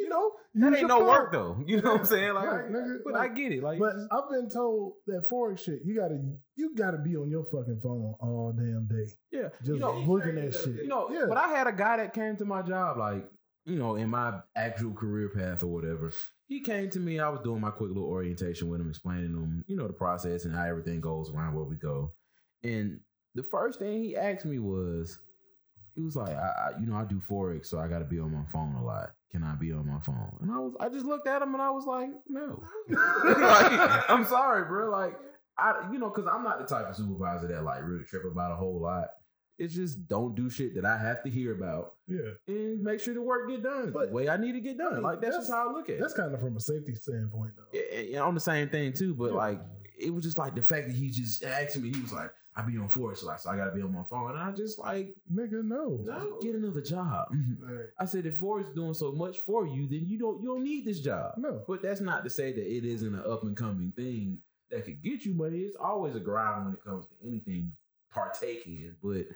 S3: You know,
S5: That
S3: use your
S5: ain't no
S3: phone.
S5: work though. You know what I'm saying? Like,
S3: Right, nigga.
S5: but
S3: Like,
S5: I get it. Like,
S3: But I've been told that forex shit, you gotta you gotta be on your fucking phone all damn day.
S5: yeah,
S3: Just
S5: you know,
S3: looking at shit.
S5: You know,
S3: Yeah.
S5: but I had a guy that came to my job, like, you know, in my actual career path or whatever. He came to me, I was doing my quick little orientation with him, explaining to him, you know, the process and how everything goes around where we go. And the first thing he asked me was, he was like, I, I you know, I do Forex, so I gotta be on my phone a lot. Can I be on my phone? And I was I just looked at him and I was like, no. Like, I'm sorry, bro. Like, I, you know, because I'm not the type of supervisor that like really trip about a whole lot. It's just don't do shit that I have to hear about
S3: Yeah.
S5: and make sure the work get done
S3: But-
S5: the way I need to get done.
S3: I mean,
S5: like that's, just
S3: that's-
S5: how I look at it.
S3: That's kind of from a safety standpoint though.
S5: Yeah, and- and on the same thing too, but
S3: Yeah.
S5: like it was just like the fact that he just asked me. He was like, "I be on Forex, like so I gotta be on my phone," and I just like
S3: Nigga, no.
S4: No.
S5: get another job.
S4: Right.
S5: I said, if Forex doing so much for you, then you don't you don't need this job.
S3: No.
S5: But that's not to say that it isn't an up and coming thing that could get you money. It's always a grind when it comes to anything partaking, but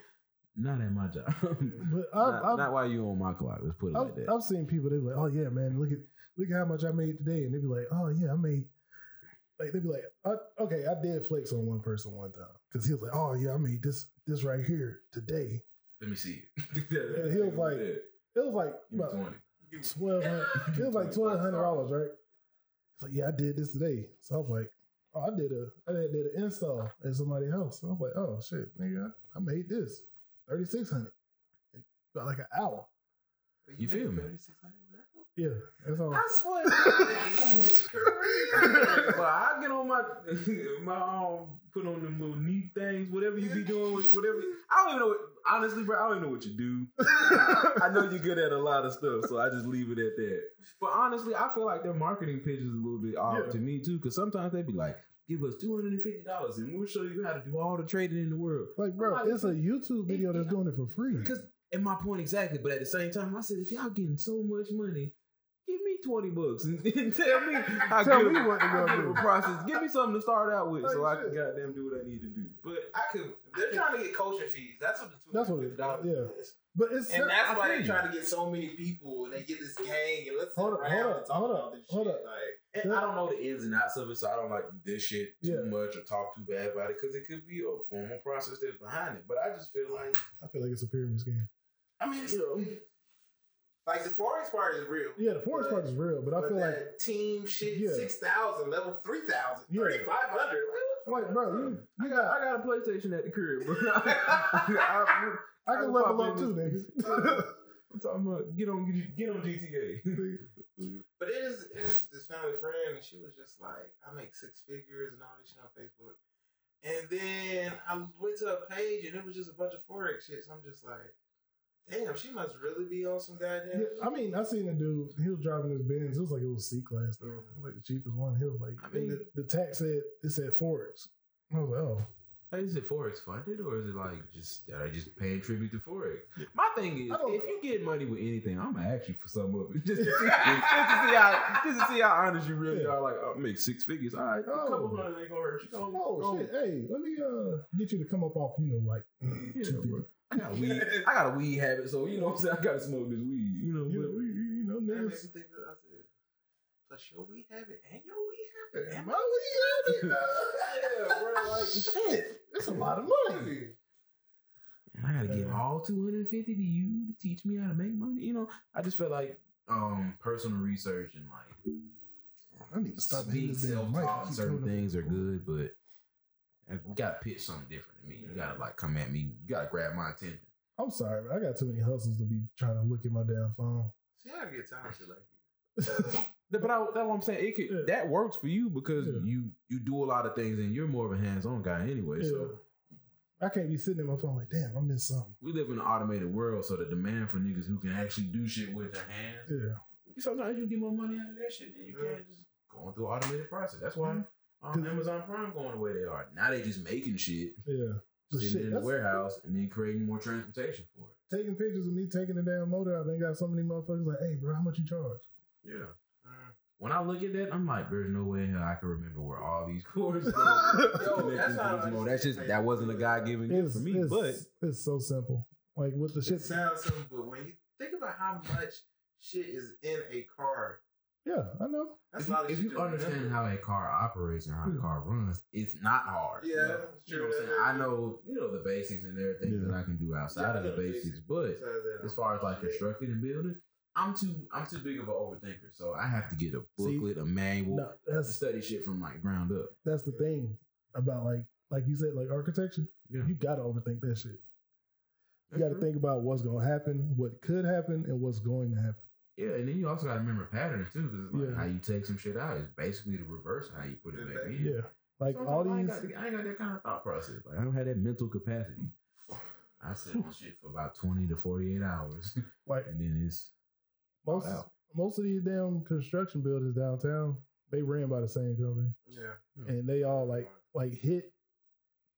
S5: not at my job.
S3: But I've,
S5: not,
S3: I've,
S5: not while you on my clock. Let's put it
S3: I've,
S5: like that.
S3: I've seen people they be like, oh yeah, man, look at look at how much I made today, and they be like, oh yeah, I made. Like they'd be like, I, okay, I did flex on one person one time because he was like, oh yeah, I made this this right here today.
S5: Let me see.
S3: And he was like- It was like
S5: Give me
S3: about
S5: 20.
S3: twelve hundred. It was like twelve hundred dollars, right? It's like, yeah, I did this today. So I was like, oh, I did a I did, did an install at somebody's house. So I was like, oh shit, nigga, I, I made this thirty six hundred about like an hour.
S5: You feel me?
S3: Yeah, that's all.
S4: I swear. to
S5: Well, I get on my my um, put on them little knee things, whatever you be doing, with whatever. I don't even know. What, honestly, bro, I don't even know what you do. I know you're good at a lot of stuff, so I just leave it at that. But honestly, I feel like their marketing pitch is a little bit off
S3: Yeah.
S5: to me too, because sometimes they be like, "Give us two hundred and fifty dollars, and we'll show you how to do all the trading in the world."
S3: Like, bro, it's a YouTube video that's doing it for free.
S5: Because, and my point exactly, but at the same time, I said, if y'all getting so much money, give me 20 bucks and, and tell me how
S3: Tell
S5: good
S3: me what to
S5: how
S3: go
S5: good of a
S3: do.
S5: process. Give me something to start out with so I
S3: Like
S5: can
S3: shit.
S5: goddamn do what I need to do. But
S4: I could. They're trying to get culture fees. That's what the two.
S3: That's what it- yeah. But it's
S4: And that's
S5: I
S4: why
S5: feel
S4: they
S5: you.
S4: try to get so many people, and they get this gang, and let's sit
S3: Hold up,
S4: around
S3: hold
S4: and
S3: up,
S4: talk
S3: hold
S4: about
S3: up,
S4: this
S3: hold
S4: shit.
S3: up.
S4: Like,
S5: and I don't know the ins and outs of it, so I don't like this shit too
S3: Yeah.
S5: much or talk too bad about it because it could be a formal process that's behind it. But I just feel like,
S3: I feel like it's a pyramid scheme.
S4: I mean,
S5: you know,
S4: like the forest part is real.
S3: Yeah, the forest
S4: But-
S3: part is real, but I
S4: But
S3: feel
S4: that
S3: like
S4: team shit,
S3: Yeah.
S4: six thousand, level 3,000,
S3: Yeah.
S4: 3,500. Like, what
S3: Like, bro, you, you got.
S5: I got a PlayStation at the crib, bro. I,
S3: I can level up too, nigga.
S5: am talking about get on get on GTA.
S4: But it is it is this family friend, and she was just like, I make six figures and all this shit on Facebook. And then I went to a page and it was just a bunch of forex shit. So I'm just like, damn, she must really be on some goddamn.
S3: Yeah, I mean, I seen a dude. He was driving his Benz. It was like a little C class though, It was like the cheapest one. He was like,
S4: I
S3: and
S4: mean-
S3: the, the tax said it said forex. I was like, oh,
S5: Hey, Is it forex funded or is it like just that I just paying tribute to forex? My thing is,
S3: I don't-
S5: if you get money with anything, I'm gonna ask you for some of it just to see, just to see how just to see how honest you really
S3: Yeah.
S5: are. Like I make six figures, all right, a couple
S3: Oh.
S5: hundred ain't gonna hurt you. Go-
S3: oh
S5: go.
S3: shit. Hey, let me uh get you to come up off. You know, like
S5: Yeah,
S3: two
S5: bro. I got a weed. I got a weed habit, so you know what I'm saying. I gotta smoke this weed. You know,
S3: You know,
S5: but-
S3: we- you know,
S4: That makes
S3: niggas.
S4: me think of, I said, plus your we have it and your we have it.
S3: Am
S4: And
S3: I
S4: my
S3: leaving?
S4: yeah, bro, like
S3: Shit, that's a lot of money.
S5: I gotta give all 250 to you to teach me how to make money. You know, I just feel like um personal research and like
S3: I need to stop hitting
S5: being
S3: this damn mic. I
S5: self-taught
S3: keep
S5: certain
S3: coming up-
S5: things are good, but you gotta pitch something different to me. You gotta like come at me. You gotta grab my attention.
S3: I'm sorry, man. I got too many hustles to be trying to look at my damn phone.
S4: see, I get talented like you.
S5: Th- But I, that's what I'm saying. It could,
S3: Yeah.
S5: that works for you because
S3: Yeah.
S5: you you do a lot of things and you're more of a hands-on guy anyway.
S3: Yeah.
S5: So
S3: I can't be sitting in my phone like, damn, I missed something.
S5: we live in an automated world, so the demand for niggas who can actually do shit with their hands
S3: Yeah,
S5: sometimes you get more money out of that shit than you
S4: Yeah.
S5: can just going through automated process. That's why
S3: Mhm.
S5: um,
S3: 'Cause-
S5: Amazon Prime going the way they are. Now they just making shit,
S3: yeah. But
S5: sitting
S3: shit,
S5: in the
S3: that's-
S5: warehouse, and then creating more transportation for it.
S3: Taking pictures of me taking the damn motor out. They got so many motherfuckers like, hey, bro, how much you charge?
S5: Yeah.
S4: Mm.
S5: When I look at that, I'm like, there's no way in hell I can remember where all these cords.
S4: Yo, that's how I
S5: Yo, that's just
S4: understand
S5: that wasn't a God given gift for me,
S3: it's,
S5: but
S3: it's so simple. Like with the
S4: It
S3: shit.
S4: sounds simple, but when you think about how much shit is in a car,
S3: Yeah, I know.
S4: that's a
S5: if you,
S4: lot of
S5: if
S4: shit.
S5: you
S4: to remember.
S5: understand how a car operates and how
S3: Yeah.
S5: a car runs, it's not hard.
S4: Yeah, that's
S5: you know
S4: true.
S5: what I'm saying. I know you know the basics, and there are things
S3: Yeah.
S5: that I can do outside
S4: Yeah,
S5: of the basics, but as far as like constructing and building, I'm too I'm too big of an overthinker, so I have to get a
S3: See?
S5: booklet, a manual,
S3: No,
S5: to
S3: that's
S5: study shit from like ground up.
S3: that's the thing about like like you said, like architecture.
S5: Yeah,
S3: You gotta overthink that shit. You gotta think about what's gonna happen, what could happen, and what's going to happen.
S5: Yeah, and then you also got to remember patterns too, because it's like
S3: Yeah.
S5: how you take some shit out is basically the reverse of how you put it
S4: Put it
S5: back
S4: back
S5: in.
S3: Yeah. Like
S5: Sometimes
S3: all
S5: I ain't,
S3: these
S5: got, the- I ain't got that kind of thought process. Like I don't have that mental capacity. I sit on shit for about twenty to forty eight hours,
S3: like
S5: and then it's
S3: most
S5: out.
S3: most of these damn construction buildings downtown, they ran by the same company.
S4: yeah,
S3: And they all like like hit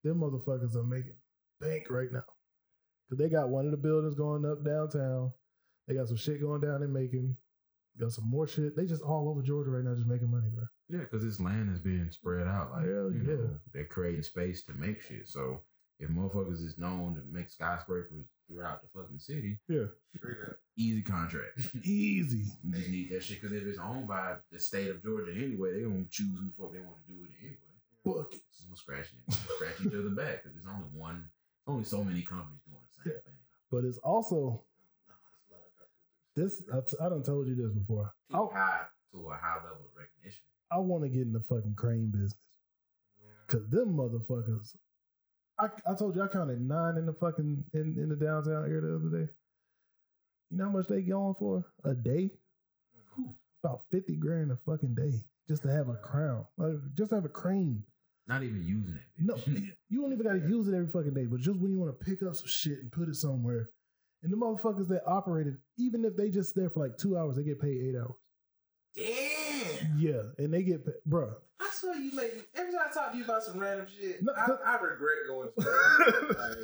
S3: them motherfuckers are making bank right now. Cause they got one of the buildings going up downtown. They got some shit going down in Macon. Got some more shit. They just all over Georgia right now, just making money, bro.
S5: Yeah, because this land is being spread out. Like,
S3: Hell
S5: you
S3: yeah.
S5: know, they're creating space to make shit. So if motherfuckers is known to make skyscrapers throughout the fucking city,
S4: straight up.
S5: easy contract.
S3: Easy.
S5: you just need that shit because if it's owned by the state of Georgia anyway, they're gonna choose who the fuck they want to do with it anyway.
S3: Book it.
S5: So we'll scratch it, scratch each other back because there's only one, only so many companies doing the same thing.
S3: But it's also
S4: No, that's a lot of
S3: this.
S5: uh,
S3: I, t- I done told you this before.
S5: Keep
S3: I,
S5: high to a high level of recognition.
S3: I want to get in the fucking crane business
S4: copy.
S3: because them motherfuckers. I, I told you I counted nine in the fucking in, in the downtown area the other day. You know how much they going for a day?
S4: Yeah.
S3: About fifty grand a fucking day just to have a crown, like, just to have a crane.
S5: Not even using it.
S3: No,
S5: bitch.
S3: you don't even got to use it every fucking day, but just when you want to pick up some shit and put it somewhere. And the motherfuckers that operated, even if they just there for like two hours, they get paid eight hours.
S4: Damn.
S3: Yeah, and they get, pa- bruh.
S4: I swear you make me every time I talk to you about some random shit,
S3: No,
S4: I,
S3: but-
S4: I regret going to school. like,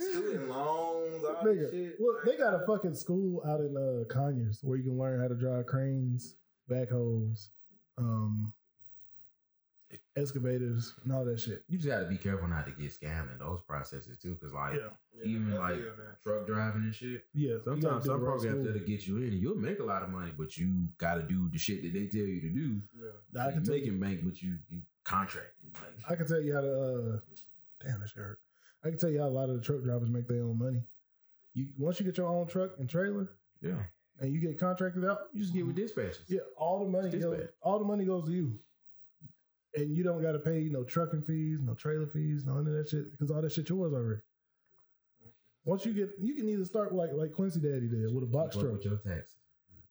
S4: student loans, all that
S3: Nigga,
S4: shit.
S3: look, they got a fucking school out in uh, Conyers where you can learn how to drive cranes, backhoes, um, excavators, and all that shit.
S5: You just got to be careful not to get scammed in those processes too, because like.
S4: Yeah,
S5: even
S4: I
S5: like
S4: feel that.
S5: truck driving and shit.
S3: Yeah, you gotta
S5: Sometimes
S3: do
S5: some
S3: the right
S5: programs
S3: school.
S5: that'll get you in, you'll make a lot of money, but you gotta do the shit that they tell you to do.
S4: Yeah.
S3: I can
S5: you
S3: tell
S5: make
S3: you,
S5: and bank, but you you contract. Like,
S3: I can tell you how to. Uh, damn, that shit hurt. I can tell you how a lot of the truck drivers make their own money. You once you get your own truck and trailer,
S5: yeah,
S3: and you get contracted out,
S5: you just get with dispatches.
S3: yeah, all the money
S5: It's
S3: goes,
S5: bad.
S3: all the money goes to you. and you don't got to pay no trucking fees, no trailer fees, no none of that shit because all that shit yours already. Once you get, you can either start like like Quincy Daddy did with a box
S5: Keep up
S3: truck.
S5: with your taxes.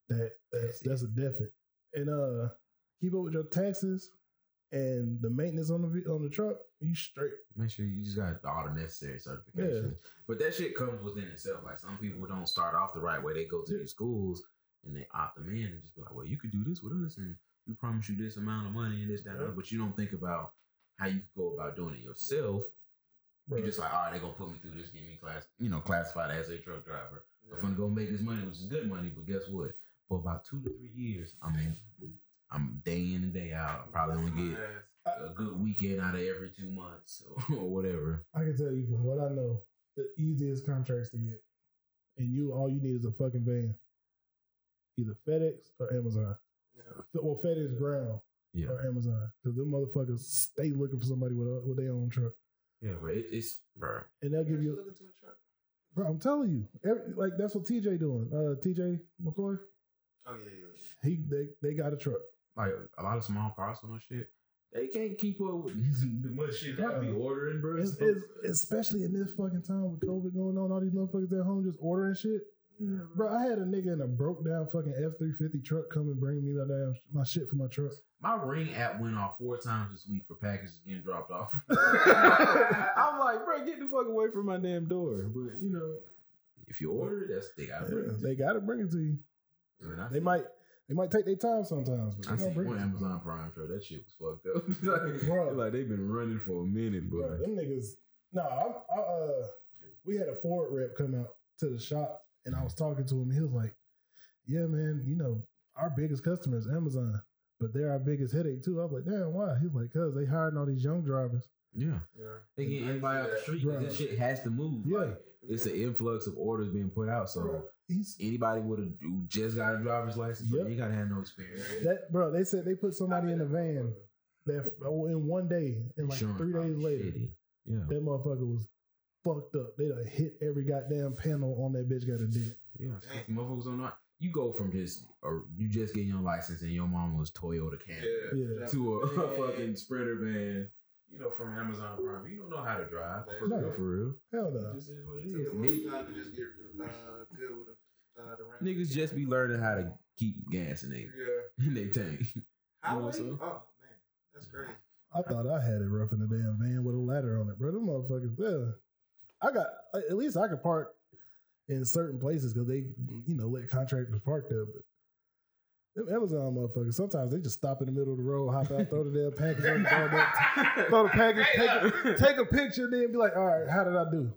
S3: That that's, that's a definite. And uh, keep up with your taxes and the maintenance on the ve- on the truck. You straight.
S5: Make sure you just got all the necessary certifications. But that shit comes within itself. Like some people don't start off the right way. They go to these schools and they opt them in and just be like, well, you could do this with us and we promise you this amount of money and this, that, and the other. But you don't think about how you could go about doing it yourself.
S3: Bro.
S5: You're just like, all right, they're gonna put me through this, get me class, you know, classified as a truck driver. I'm gonna go make this money, which is good money, but guess what? For about two to three years, I'm I'm day in and day out. I probably only get a good weekend out of every two months or whatever.
S3: I can tell you from what I know, the easiest contracts to get, and you all you need is a fucking van, either FedEx or Amazon. Well, FedEx Ground
S5: Yeah.
S3: or Amazon, because them motherfuckers stay looking for somebody with a, with their own truck,
S5: Yeah, but it, it's bro.
S3: and they'll give you. Bro, I'm telling you, every, like that's what TJ doing. Uh, TJ McCoy,
S4: Oh yeah, yeah.
S3: he they, they got a truck.
S5: Like a lot of small parcel and shit, they can't keep up with the much shit that I be
S3: Yeah.
S5: ordering, bro.
S3: It's,
S5: So-
S3: it's, especially in this fucking time with COVID going on, all these motherfuckers at home just ordering shit. Bro, I had a nigga in a broke down fucking F three fifty truck come and bring me my damn my shit for my truck.
S5: my ring app went off four times this week for packages getting dropped off. I'm like, bro, get the fuck away from my damn door. But you know, if you order it, that's they got
S3: Yeah,
S5: it.
S3: they gotta bring it to you.
S5: And I
S3: They
S5: see-
S3: might they might take their time sometimes, but
S5: I
S3: they
S5: see
S3: gonna bring
S5: one
S3: it.
S5: Amazon Prime show. That shit was fucked up. like,
S3: Bro.
S5: like they've been running for a minute,
S3: Bro,
S5: bro.
S3: them niggas. No, I, I uh, we had a Ford rep come out to the shop, and I was talking to him. He was like, "Yeah, man, you know our biggest customer is Amazon, but they're our biggest headache too." I was like, "Damn, why?" He's like, "Cause they hiring all these young drivers."
S5: Yeah,
S4: Yeah.
S5: they
S4: And
S5: get
S4: I see
S5: everybody off the
S4: that.
S5: street.
S3: Bro.
S5: This shit has to move.
S3: Yeah.
S5: Like, it's an influx of orders being put out. So
S3: Bro, he's
S5: anybody with a who just got a driver's license, bro,
S3: Yep.
S5: you gotta have no experience.
S3: that bro. They said they put somebody in the van that oh, in one day, and like
S5: Insurance
S3: three days
S5: probably
S3: later,
S5: shitty. Yeah,
S3: that motherfucker was fucked up. They done hit every goddamn panel on that bitch got a dick.
S5: yeah. it's 'cause Motherfuckers don't know. You go from just or you just getting your license and your mom was Toyota
S4: Yeah.
S5: Camry
S3: Yeah.
S5: to a
S4: Yeah.
S5: fucking Sprinter van. You know, from Amazon Prime, you don't know how to drive for
S4: No.
S5: real. For real,
S3: Hell no.
S5: It just is what it
S4: Took
S5: is.
S4: a long
S5: Niggas-
S4: time to just get uh, good with the, uh, the ramp.
S5: Niggas just be learning how to keep gas in they
S4: Yeah.
S5: in they tank.
S4: Highway?
S5: what I'm saying?
S4: Oh man, that's crazy.
S3: I thought I had it rough in the damn van with a ladder on it, bro. Them motherfuckers, yeah. I got at least I could park in certain places because they, you know, let contractors park there. But them Amazon motherfuckers, sometimes they just stop in the middle of the road, hop out, throw the damn package, on the throw, that, throw the package, take a, take a picture, then be like, all right, how did I do?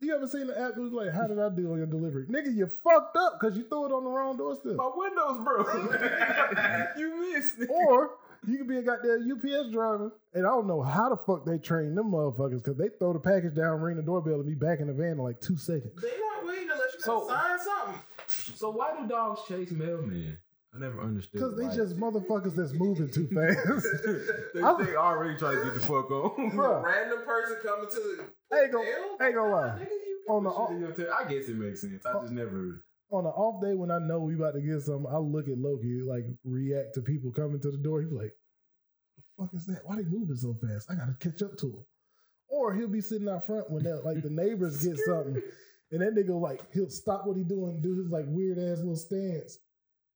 S3: You ever seen the app that was like, how did I do on your delivery? Nigga, you fucked up because you threw it on the wrong doorstep.
S5: windows broke. you missed it.
S3: Or you could be a goddamn UPS driver, and I don't know how the fuck they train them motherfuckers because they throw the package down, ring the doorbell, and be back in the van in like two seconds.
S4: They not waiting unless you
S5: So-
S4: so, sign something.
S5: So why do dogs chase mailmen? I never understood.
S3: Because they
S5: why.
S3: just motherfuckers that's moving too fast.
S5: they,
S3: I'm-
S5: they already trying to get the fuck on.
S3: Bruh.
S4: A random person coming to the
S3: Ain't gon-
S4: Hell?
S3: ain't gonna lie.
S4: Nah, nigga, you
S3: uh, on the
S5: Shit,
S3: off,
S5: you know, tell- I guess it makes sense. I just never.
S3: on an off day when I know we about to get something, I look at Loki like react to people coming to the door. He be like, "The fuck is that? Why they moving so fast? I gotta catch up to him." Or he'll be sitting out front when that like the neighbors get something, and that nigga like he'll stop what he doing, do his like weird ass little stance,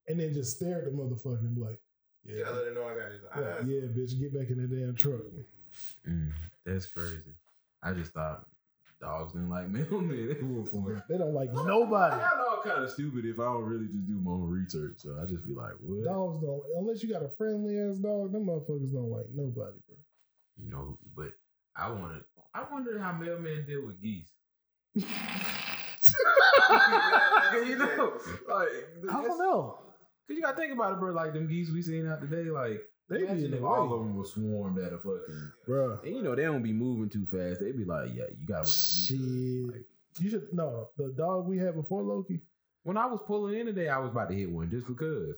S3: and then just stare at the motherfucker and be like,
S4: You gotta
S3: "Yeah,
S4: let her know I got his
S3: yeah,
S4: eyes.
S3: yeah, bitch, get back in the damn truck."
S5: Mm, that's crazy. I just thought dogs didn't like mailmen. They were for
S3: They don't like nobody.
S5: I know I'm kind of stupid if I don't really just do my own research. So I just be like, what?
S3: Dogs don't unless you got a friendly ass dog. Them motherfuckers don't like nobody, bro.
S5: You know, but I wanted. I wonder how mailmen deal with geese. you know, like
S3: I don't know.
S5: Cause you gotta think about it, bro. Like them geese we seen out today, like
S3: They be in
S5: imagine
S3: the
S5: if
S3: way.
S5: all of them were swarmed at a fucking.
S3: Bruh.
S5: And you know they don't be moving too fast. They be like, yeah, you gotta wait on
S3: Shit.
S5: me. Like-
S3: you should no the dog we had before Loki.
S5: When I was pulling in today, I was about to hit one just because,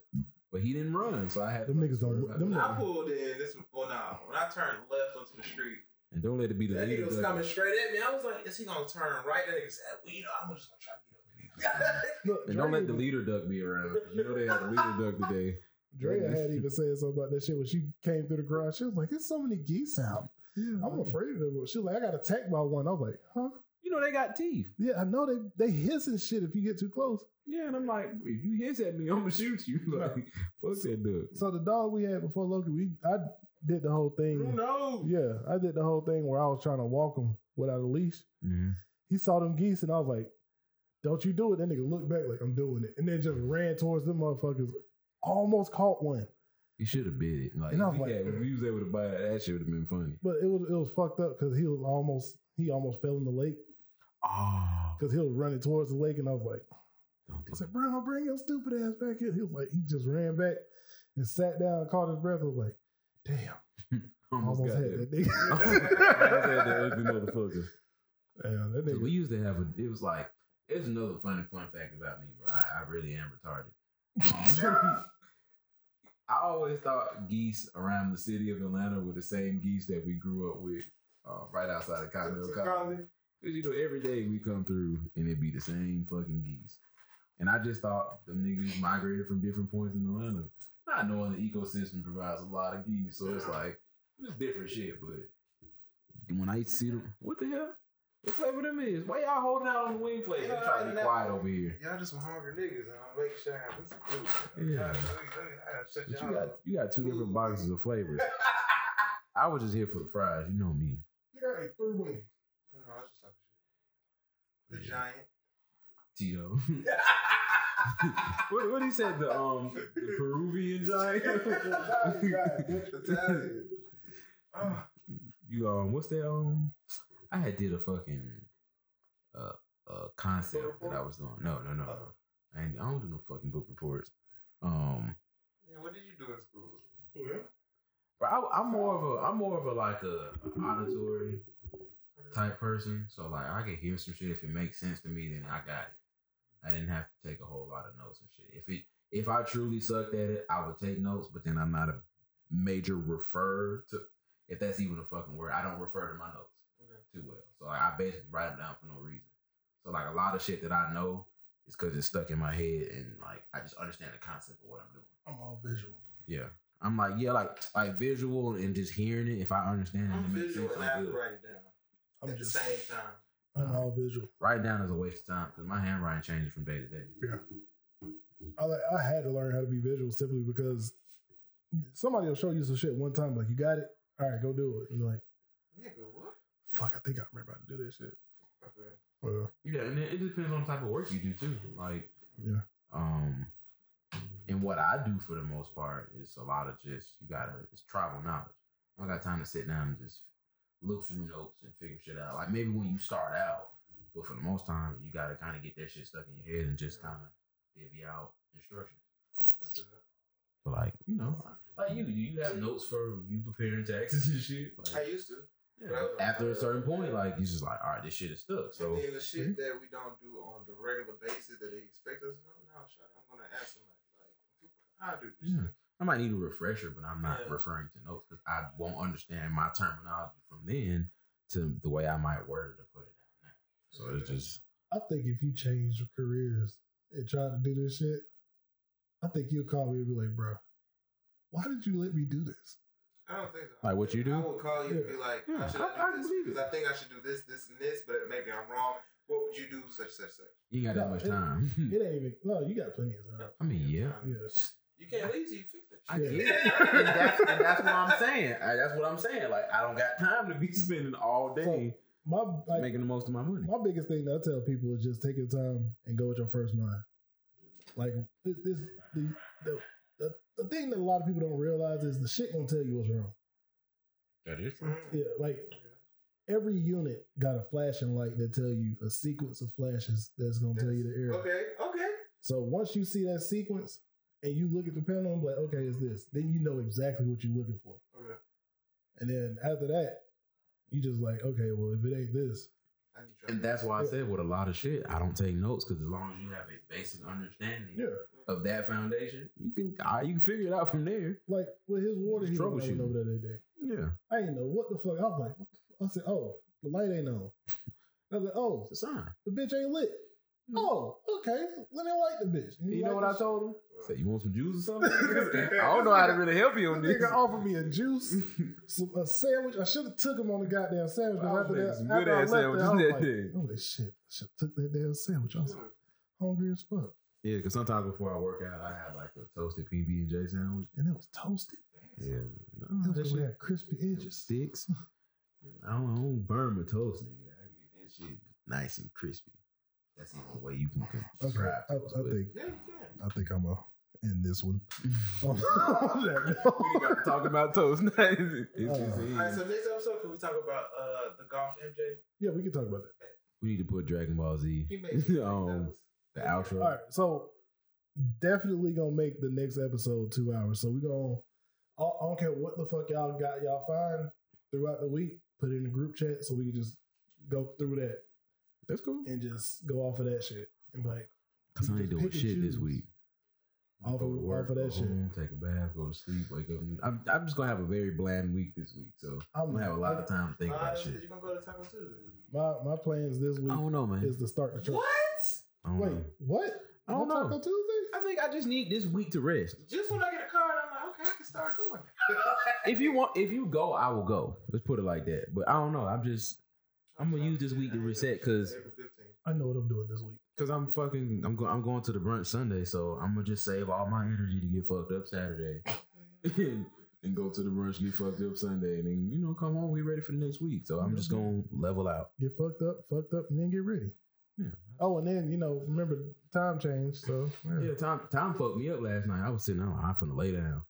S5: but he didn't run, so I had
S3: Them
S5: to-
S3: niggas don't- them
S4: When I
S3: niggas-
S4: pulled in this, well, nah, when I turned left onto the street,
S5: and don't let it be the
S4: that
S5: leader.
S4: nigga was
S5: duck.
S4: coming straight at me. I was like, is he gonna turn right? That nigga said, well, you know, I'm just gonna try to get up.
S3: Look,
S5: And don't
S3: Dre
S5: let the
S3: even-
S5: leader duck be around. You know they had a leader duck today.
S3: Drea had even said something about that shit when she came through the garage. She was like, "There's so many geese out. I'm
S5: Mm-hmm.
S3: afraid of them." She was like, "I got attacked by one." I was like, "Huh?
S5: You know they got teeth.
S3: Yeah, I know they they hiss and shit if you get too close."
S5: Yeah, and I'm like, if you hiss at me, I'm gonna shoot you. Like, fuck that dude.
S3: So the dog we had before Loki, we I did the whole thing.
S4: Who knows?
S3: Yeah, I did the whole thing where I was trying to walk him without a leash.
S5: Mm-hmm.
S3: He saw them geese and I was like, "Don't you do it?" That nigga looked back like I'm doing it, and then just ran towards them motherfuckers. Almost caught one.
S5: You should have bit it. Like,
S3: And I
S5: if,
S3: was
S5: we
S3: like-
S5: had- if we was able to buy that, that shit would have been funny.
S3: But it was it was fucked up because he was almost he almost fell in the lake
S5: Oh,
S3: because he was running towards the lake and I was like,
S5: don't do
S3: I said, Bruno, bring your stupid ass back here. He was like, he just ran back and sat down and caught his breath. I was like, damn,
S5: I
S3: almost,
S5: almost, got
S3: had
S5: that.
S3: that nigga.
S5: almost had that ugly motherfucker.
S3: yeah, that
S5: Because
S3: nigga.
S5: we used to have a. It was like it's another funny fun fact about me, bro. I, I really am retarded. I always thought geese around the city of Atlanta were the same geese that we grew up with, uh, right outside of Cottonwood College.
S4: Colin,
S5: Because you know every day we come through and it'd be the same fucking geese. And I just thought them niggas migrated from different points in Atlanta. Not knowing the ecosystem provides a lot of geese, so it's like it's different shit. But when I see them, what the hell? What flavor them is? Why y'all holding out on the wing flavor?
S4: Yeah,
S5: I'm trying to be
S4: that-
S5: quiet over here.
S4: Y'all just some hungry niggas, and I'm making sure I got this food.
S5: Yeah.
S4: I gotta- I gotta shut
S5: But you
S4: y'all
S5: got
S4: up.
S5: you got two different boxes of flavors. I was just here for the fries. You know me.
S3: Nigga, I ate three wings.
S4: No, I was just talking shit. The giant.
S5: Tito. what what he said? The um the Peruvian giant.
S4: Italian. Oh,
S5: you um what's that um I had did a fucking uh uh concept
S4: Book
S5: that I
S4: report?
S5: was doing. No, no, no, no. I, ain't, I don't do no fucking book reports. Um
S4: yeah, what did you do in school?
S5: but I, I'm more of a I'm more of a like a auditory type person. So like I can hear some shit if it makes sense to me, then I got it. I didn't have to take a whole lot of notes and shit. If it if I truly sucked at it, I would take notes, but then I'm not a major refer to if that's even a fucking word. I don't refer to my notes
S4: Okay.
S5: too well. So like, I basically write them down for no reason. So like a lot of shit that I know is because it's stuck in my head and like I just understand the concept of what I'm doing.
S3: I'm all visual.
S5: Yeah. I'm like, yeah, like like visual and just hearing it. If I understand it,
S4: I'm
S5: it makes
S4: visual
S5: sense.
S4: and I
S5: I'm
S4: have to
S5: good.
S4: write it down
S3: I'm
S4: at the
S3: just,
S4: same time.
S3: I'm all visual.
S5: Write down is a waste of time because my handwriting changes from day to day.
S3: I like, I had to learn how to be visual simply because somebody will show you some shit one time, like, you got it? All right, go do it. And you're like,
S4: Nigga, what?
S3: fuck, I think I remember how to do that shit.
S4: Okay.
S3: Well,
S5: Yeah, and it, it depends on the type of work you do too. Like,
S3: Yeah.
S5: um, and what I do for the most part is a lot of just you gotta it's tribal knowledge. I don't got time to sit down and just look through notes and figure shit out. Like maybe when you start out, but for the most time you gotta kind of get that shit stuck in your head and just kind of divvy out instructions.
S4: That's it.
S5: But like you know, like you, do you have notes for you preparing taxes and shit?
S4: I
S5: Like,
S4: used to.
S5: yeah, after a certain point, like you just like, all right, this shit is stuck. So. hmm?
S4: and then the shit that we don't do on the regular basis that they expect us to know, no, shot. I'm gonna ask them like, like I do this.
S5: Yeah. I might need a refresher, but I'm not
S4: Yeah.
S5: referring to notes because I won't understand my terminology from then to the way I might word it or put it out now. So it's just
S3: I think if you change your careers and try to do this shit, I think you'll call me and be like, bro, why did you let me do this?
S4: I don't think so.
S5: Like what you do?
S4: I would call you and be like,
S5: Yeah.
S4: I should
S5: I- I
S4: do this
S5: believe it.
S4: because I think I should do this, this, and this, but maybe I'm wrong. What would you do? Such, such, such.
S5: you ain't got that
S3: No,
S5: much
S3: it-
S5: time.
S3: It ain't even, no, you got plenty of time.
S5: I mean, yeah.
S3: Yeah.
S4: You can't leave till you fix that.
S5: I
S4: shit.
S5: get it. and, that's, and that's what I'm saying. I, that's what I'm saying. Like I don't got time to be spending all day
S3: My, like,
S5: making the most of my money.
S3: my biggest thing that I tell people is just take your time and go with your first mind. Like this, this the, the the the thing that a lot of people don't realize is the shit gonna tell you what's wrong.
S5: That is true.
S4: Mhm.
S3: Yeah, like every unit got a flashing light that tell you a sequence of flashes that's gonna tell you the error.
S4: Okay, okay.
S3: So once you see that sequence and you look at the panel and be like, okay, it's this, then you know exactly what you're looking for.
S4: Okay.
S3: And then after that, you just like, okay, well, if it ain't this,
S4: I need
S5: And that's why I said with a lot of shit, I don't take notes because as long as you have a basic understanding
S3: yeah.
S5: of that foundation, you can I, you can figure it out from there.
S3: Like with his water
S5: Just
S3: heater when I went
S5: troubleshooting.
S3: over there that day.
S5: Yeah.
S3: I ain't know what the fuck. I was like, what the fuck? I said, oh, the light ain't on. I was like, oh,
S5: It's a sign.
S3: the bitch ain't lit. Oh, okay. Let me like the bitch.
S6: You, know what I told him?
S5: Say, you want some juice or something? I don't know how to really help you on
S3: This
S5: this.
S3: nigga offered me a juice, some, a sandwich. I should have took him on the goddamn sandwich.
S5: Wow,
S3: Because after that,
S5: man, some
S3: after I
S5: good-ass
S3: left there, I was
S5: sandwiches
S3: like,
S5: that
S3: holy shit, I should have took that damn sandwich. I was hungry as fuck.
S5: Yeah, because sometimes before I work out, I have like a toasted PB and J sandwich.
S3: And it was toasted.
S5: Yeah,
S3: It
S5: no,
S3: was
S5: that
S3: gonna
S5: shit
S3: have crispy edges.
S5: sticks. I don't, I don't burn my toast, nigga. I get that shit nice and crispy. That's the only way you can cook.
S3: Okay, I, I think
S4: Yeah, you can.
S3: I think I'm gonna end this one. Um, on that note.
S5: we got to talk about toast. It's- it's- it's-
S3: Uh,
S4: All right, so next episode, can we talk about uh the golf MJ?
S3: yeah, we can talk about that.
S5: we need to put Dragon Ball Z.
S4: He made me
S3: Oh,
S5: um, the outro.
S3: All right, so definitely gonna make the next episode two hours. So we gonna I I don't care what the fuck y'all got y'all find throughout the week. Put it in the group chat so we can just go through that
S5: That's cool.
S3: and just go off of that shit and be like
S5: Cause
S3: you
S5: I
S3: just
S5: ain't doing
S3: pick and
S5: shit this
S3: choose.
S5: week.
S3: Off
S5: Go
S3: of-
S5: to
S3: off
S5: work,
S3: of that
S5: go
S3: shit.
S5: home, Take a bath, go to sleep, wake up. and- I'm, I'm just gonna have a very bland week this week, so I'm gonna have a lot of time to think about shit.
S4: Uh, You're gonna go to Taco Tuesday.
S3: My my plans this
S5: I
S3: week
S5: don't know, Oh, man.
S3: is to start the truck.
S5: I don't
S3: Wait,
S5: know.
S3: what?
S5: I don't
S3: No
S5: know.
S3: Taco Tuesday?
S5: I think I just need this week to rest.
S4: Just when I get a card, I'm like, okay, I can start going.
S5: If you want, if you go, I will go. Let's put it like that. But I don't know. I'm just, I'm gonna use this week to reset, 'cause-
S4: April 15th.
S3: I know what I'm doing this week.
S5: cause I'm fucking, I'm going, I'm going to the brunch Sunday, so I'm gonna just save all my energy to get fucked up Saturday, and, and go to the brunch, get fucked up Sunday, and then you know come home, get ready for the next week. So I'm just gonna level out.
S3: Get fucked up, fucked up, and then get ready.
S5: Yeah.
S3: Oh, and then you know, remember time change. So yeah.
S5: Yeah, Tom, Tom fucked me up last night. I was sitting out, I'm finna lay down.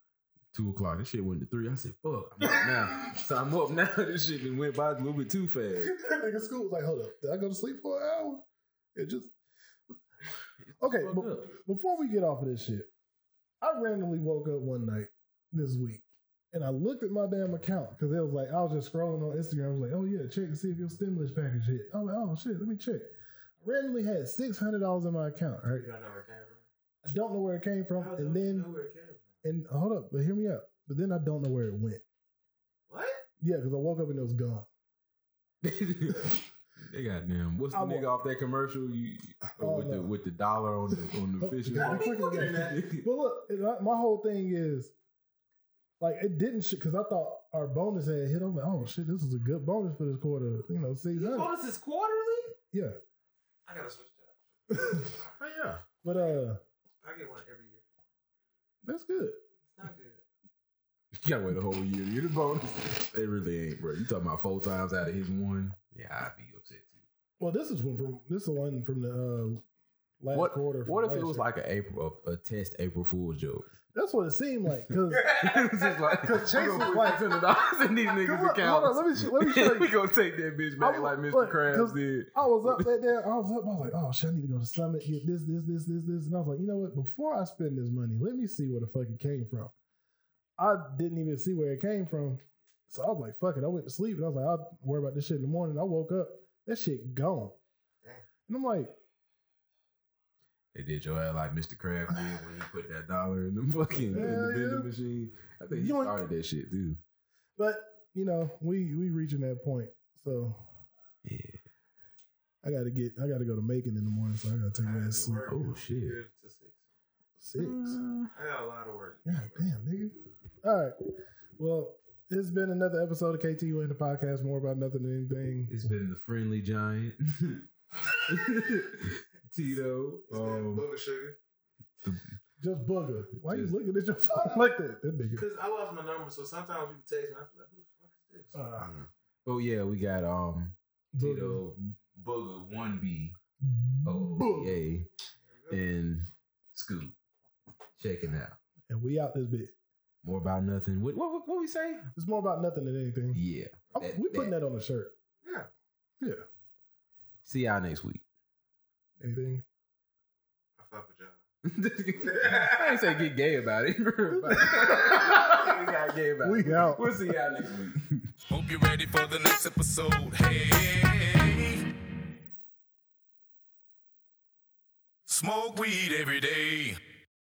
S5: Two o'clock. This shit went to three. I said, "Fuck, I'm up now." so I'm up now. This shit just went by a little bit too fast.
S3: that nigga school was like, hold up, did I go to sleep for an hour? It just okay.
S5: Fucked
S3: but-
S5: up.
S3: before we get off of this shit, I randomly woke up one night this week and I looked at my damn account because it was like I was just scrolling on Instagram. I was like, oh yeah, check and see if your stimulus package hit. I'm like, oh shit, let me check. Randomly had six hundred dollars in my account. Right,
S4: You don't know where it came from.
S3: I don't know where it came from,
S4: How
S3: and
S4: don't you
S3: then
S4: know where it came from?
S3: and hold up, but hear me out. But then I don't know where it went.
S4: What?
S3: Yeah, because I woke up and it was gone.
S5: they got them. What's the
S3: I
S5: nigga off that commercial? You
S3: Oh,
S5: with
S3: no.
S5: the with the dollar on the on the
S3: Oh,
S5: fish.
S3: God.
S4: I'll be
S3: quicker
S4: looking
S3: than
S4: at that.
S3: But look, it- I- my whole thing is like it didn't shit because I thought our bonus had hit. I'm like, oh shit, this is a good bonus for this quarter. You know, six
S4: Your
S3: hundred.
S4: bonus is quarterly?
S3: Yeah.
S4: I gotta switch that.
S5: oh yeah.
S3: But uh,
S4: I get one every year.
S3: that's good.
S4: It's not good.
S5: You gotta wait a whole year to get a bonus. They really ain't, bro. You talking about four times out of his one? Yeah, I'd be upset too.
S3: Well, this is one from this is one from the uh, last
S5: What-
S3: quarter. from
S5: What if
S3: last
S5: it was
S3: year.
S5: like a April a, a test April Fool's joke?
S3: That's what it seemed like because.
S5: It was just like
S3: 'Cause Chase
S5: I'm gonna
S3: was
S5: put
S3: like-
S5: $600 in these
S3: Come on,
S5: niggas'
S3: hold on,
S5: accounts.
S3: let me sh- let me show
S5: we
S3: you.
S5: gonna take that bitch back
S3: I'm-
S5: like Mr.
S3: look, 'cause-
S5: Krabs did.
S3: I was up that day. I was up. I was like, oh shit, I need to go to Summit, get this, this, this, this, this. And I was like, you know what? Before I spend this money, let me see where the fuck it came from. I didn't even see where it came from. So I was like, fuck it. I went to sleep and I was like, I'll worry about this shit in the morning. I woke up, that shit gone.
S4: Damn.
S3: And I'm like,
S5: They did your ass like Mr. Krabs did when he put that dollar in the fucking in
S3: Hell
S5: the vending
S3: yeah.
S5: machine. I think he
S3: Yoink.
S5: started that shit too.
S3: but you know, we we reaching that point. So
S5: Yeah.
S3: I gotta get I gotta go to Macon in the morning, so I gotta take
S4: I
S3: my
S4: gotta
S3: ass to
S4: do
S3: sleep.
S4: work
S5: Oh,
S4: from
S5: shit.
S4: good to six.
S3: Six.
S4: I got a lot of work.
S3: God damn, nigga. All right. Well, it's been another episode of KTU in the podcast. More about nothing than anything.
S5: It's been the friendly giant. Tito.
S4: It's been
S5: Um,
S4: Booger Sugar.
S3: Just bugger. Why
S5: Just-
S3: you looking at your phone like that? That nigga.
S4: Because I lost my number, so sometimes people text me. I'm like, who the fuck is this?
S3: Uh,
S5: oh yeah, we got um
S3: bugger.
S5: Tito Booger One B O
S3: Boom.
S5: A
S4: There you go.
S5: and Scoop. Checking out.
S3: And we out this bit.
S5: More about nothing. What what what we say?
S3: It's more about nothing than anything.
S5: Yeah.
S3: I'm-
S5: that-
S3: we putting that on a shirt.
S4: Yeah.
S3: Yeah.
S5: See y'all next week.
S3: Anything?
S4: I fuck with y'all.
S5: I ain't say get gay about it. we got gay about it.
S3: We out.
S5: We'll see y'all next week.
S2: Hope you're ready for the next episode. Hey. Smoke weed every day.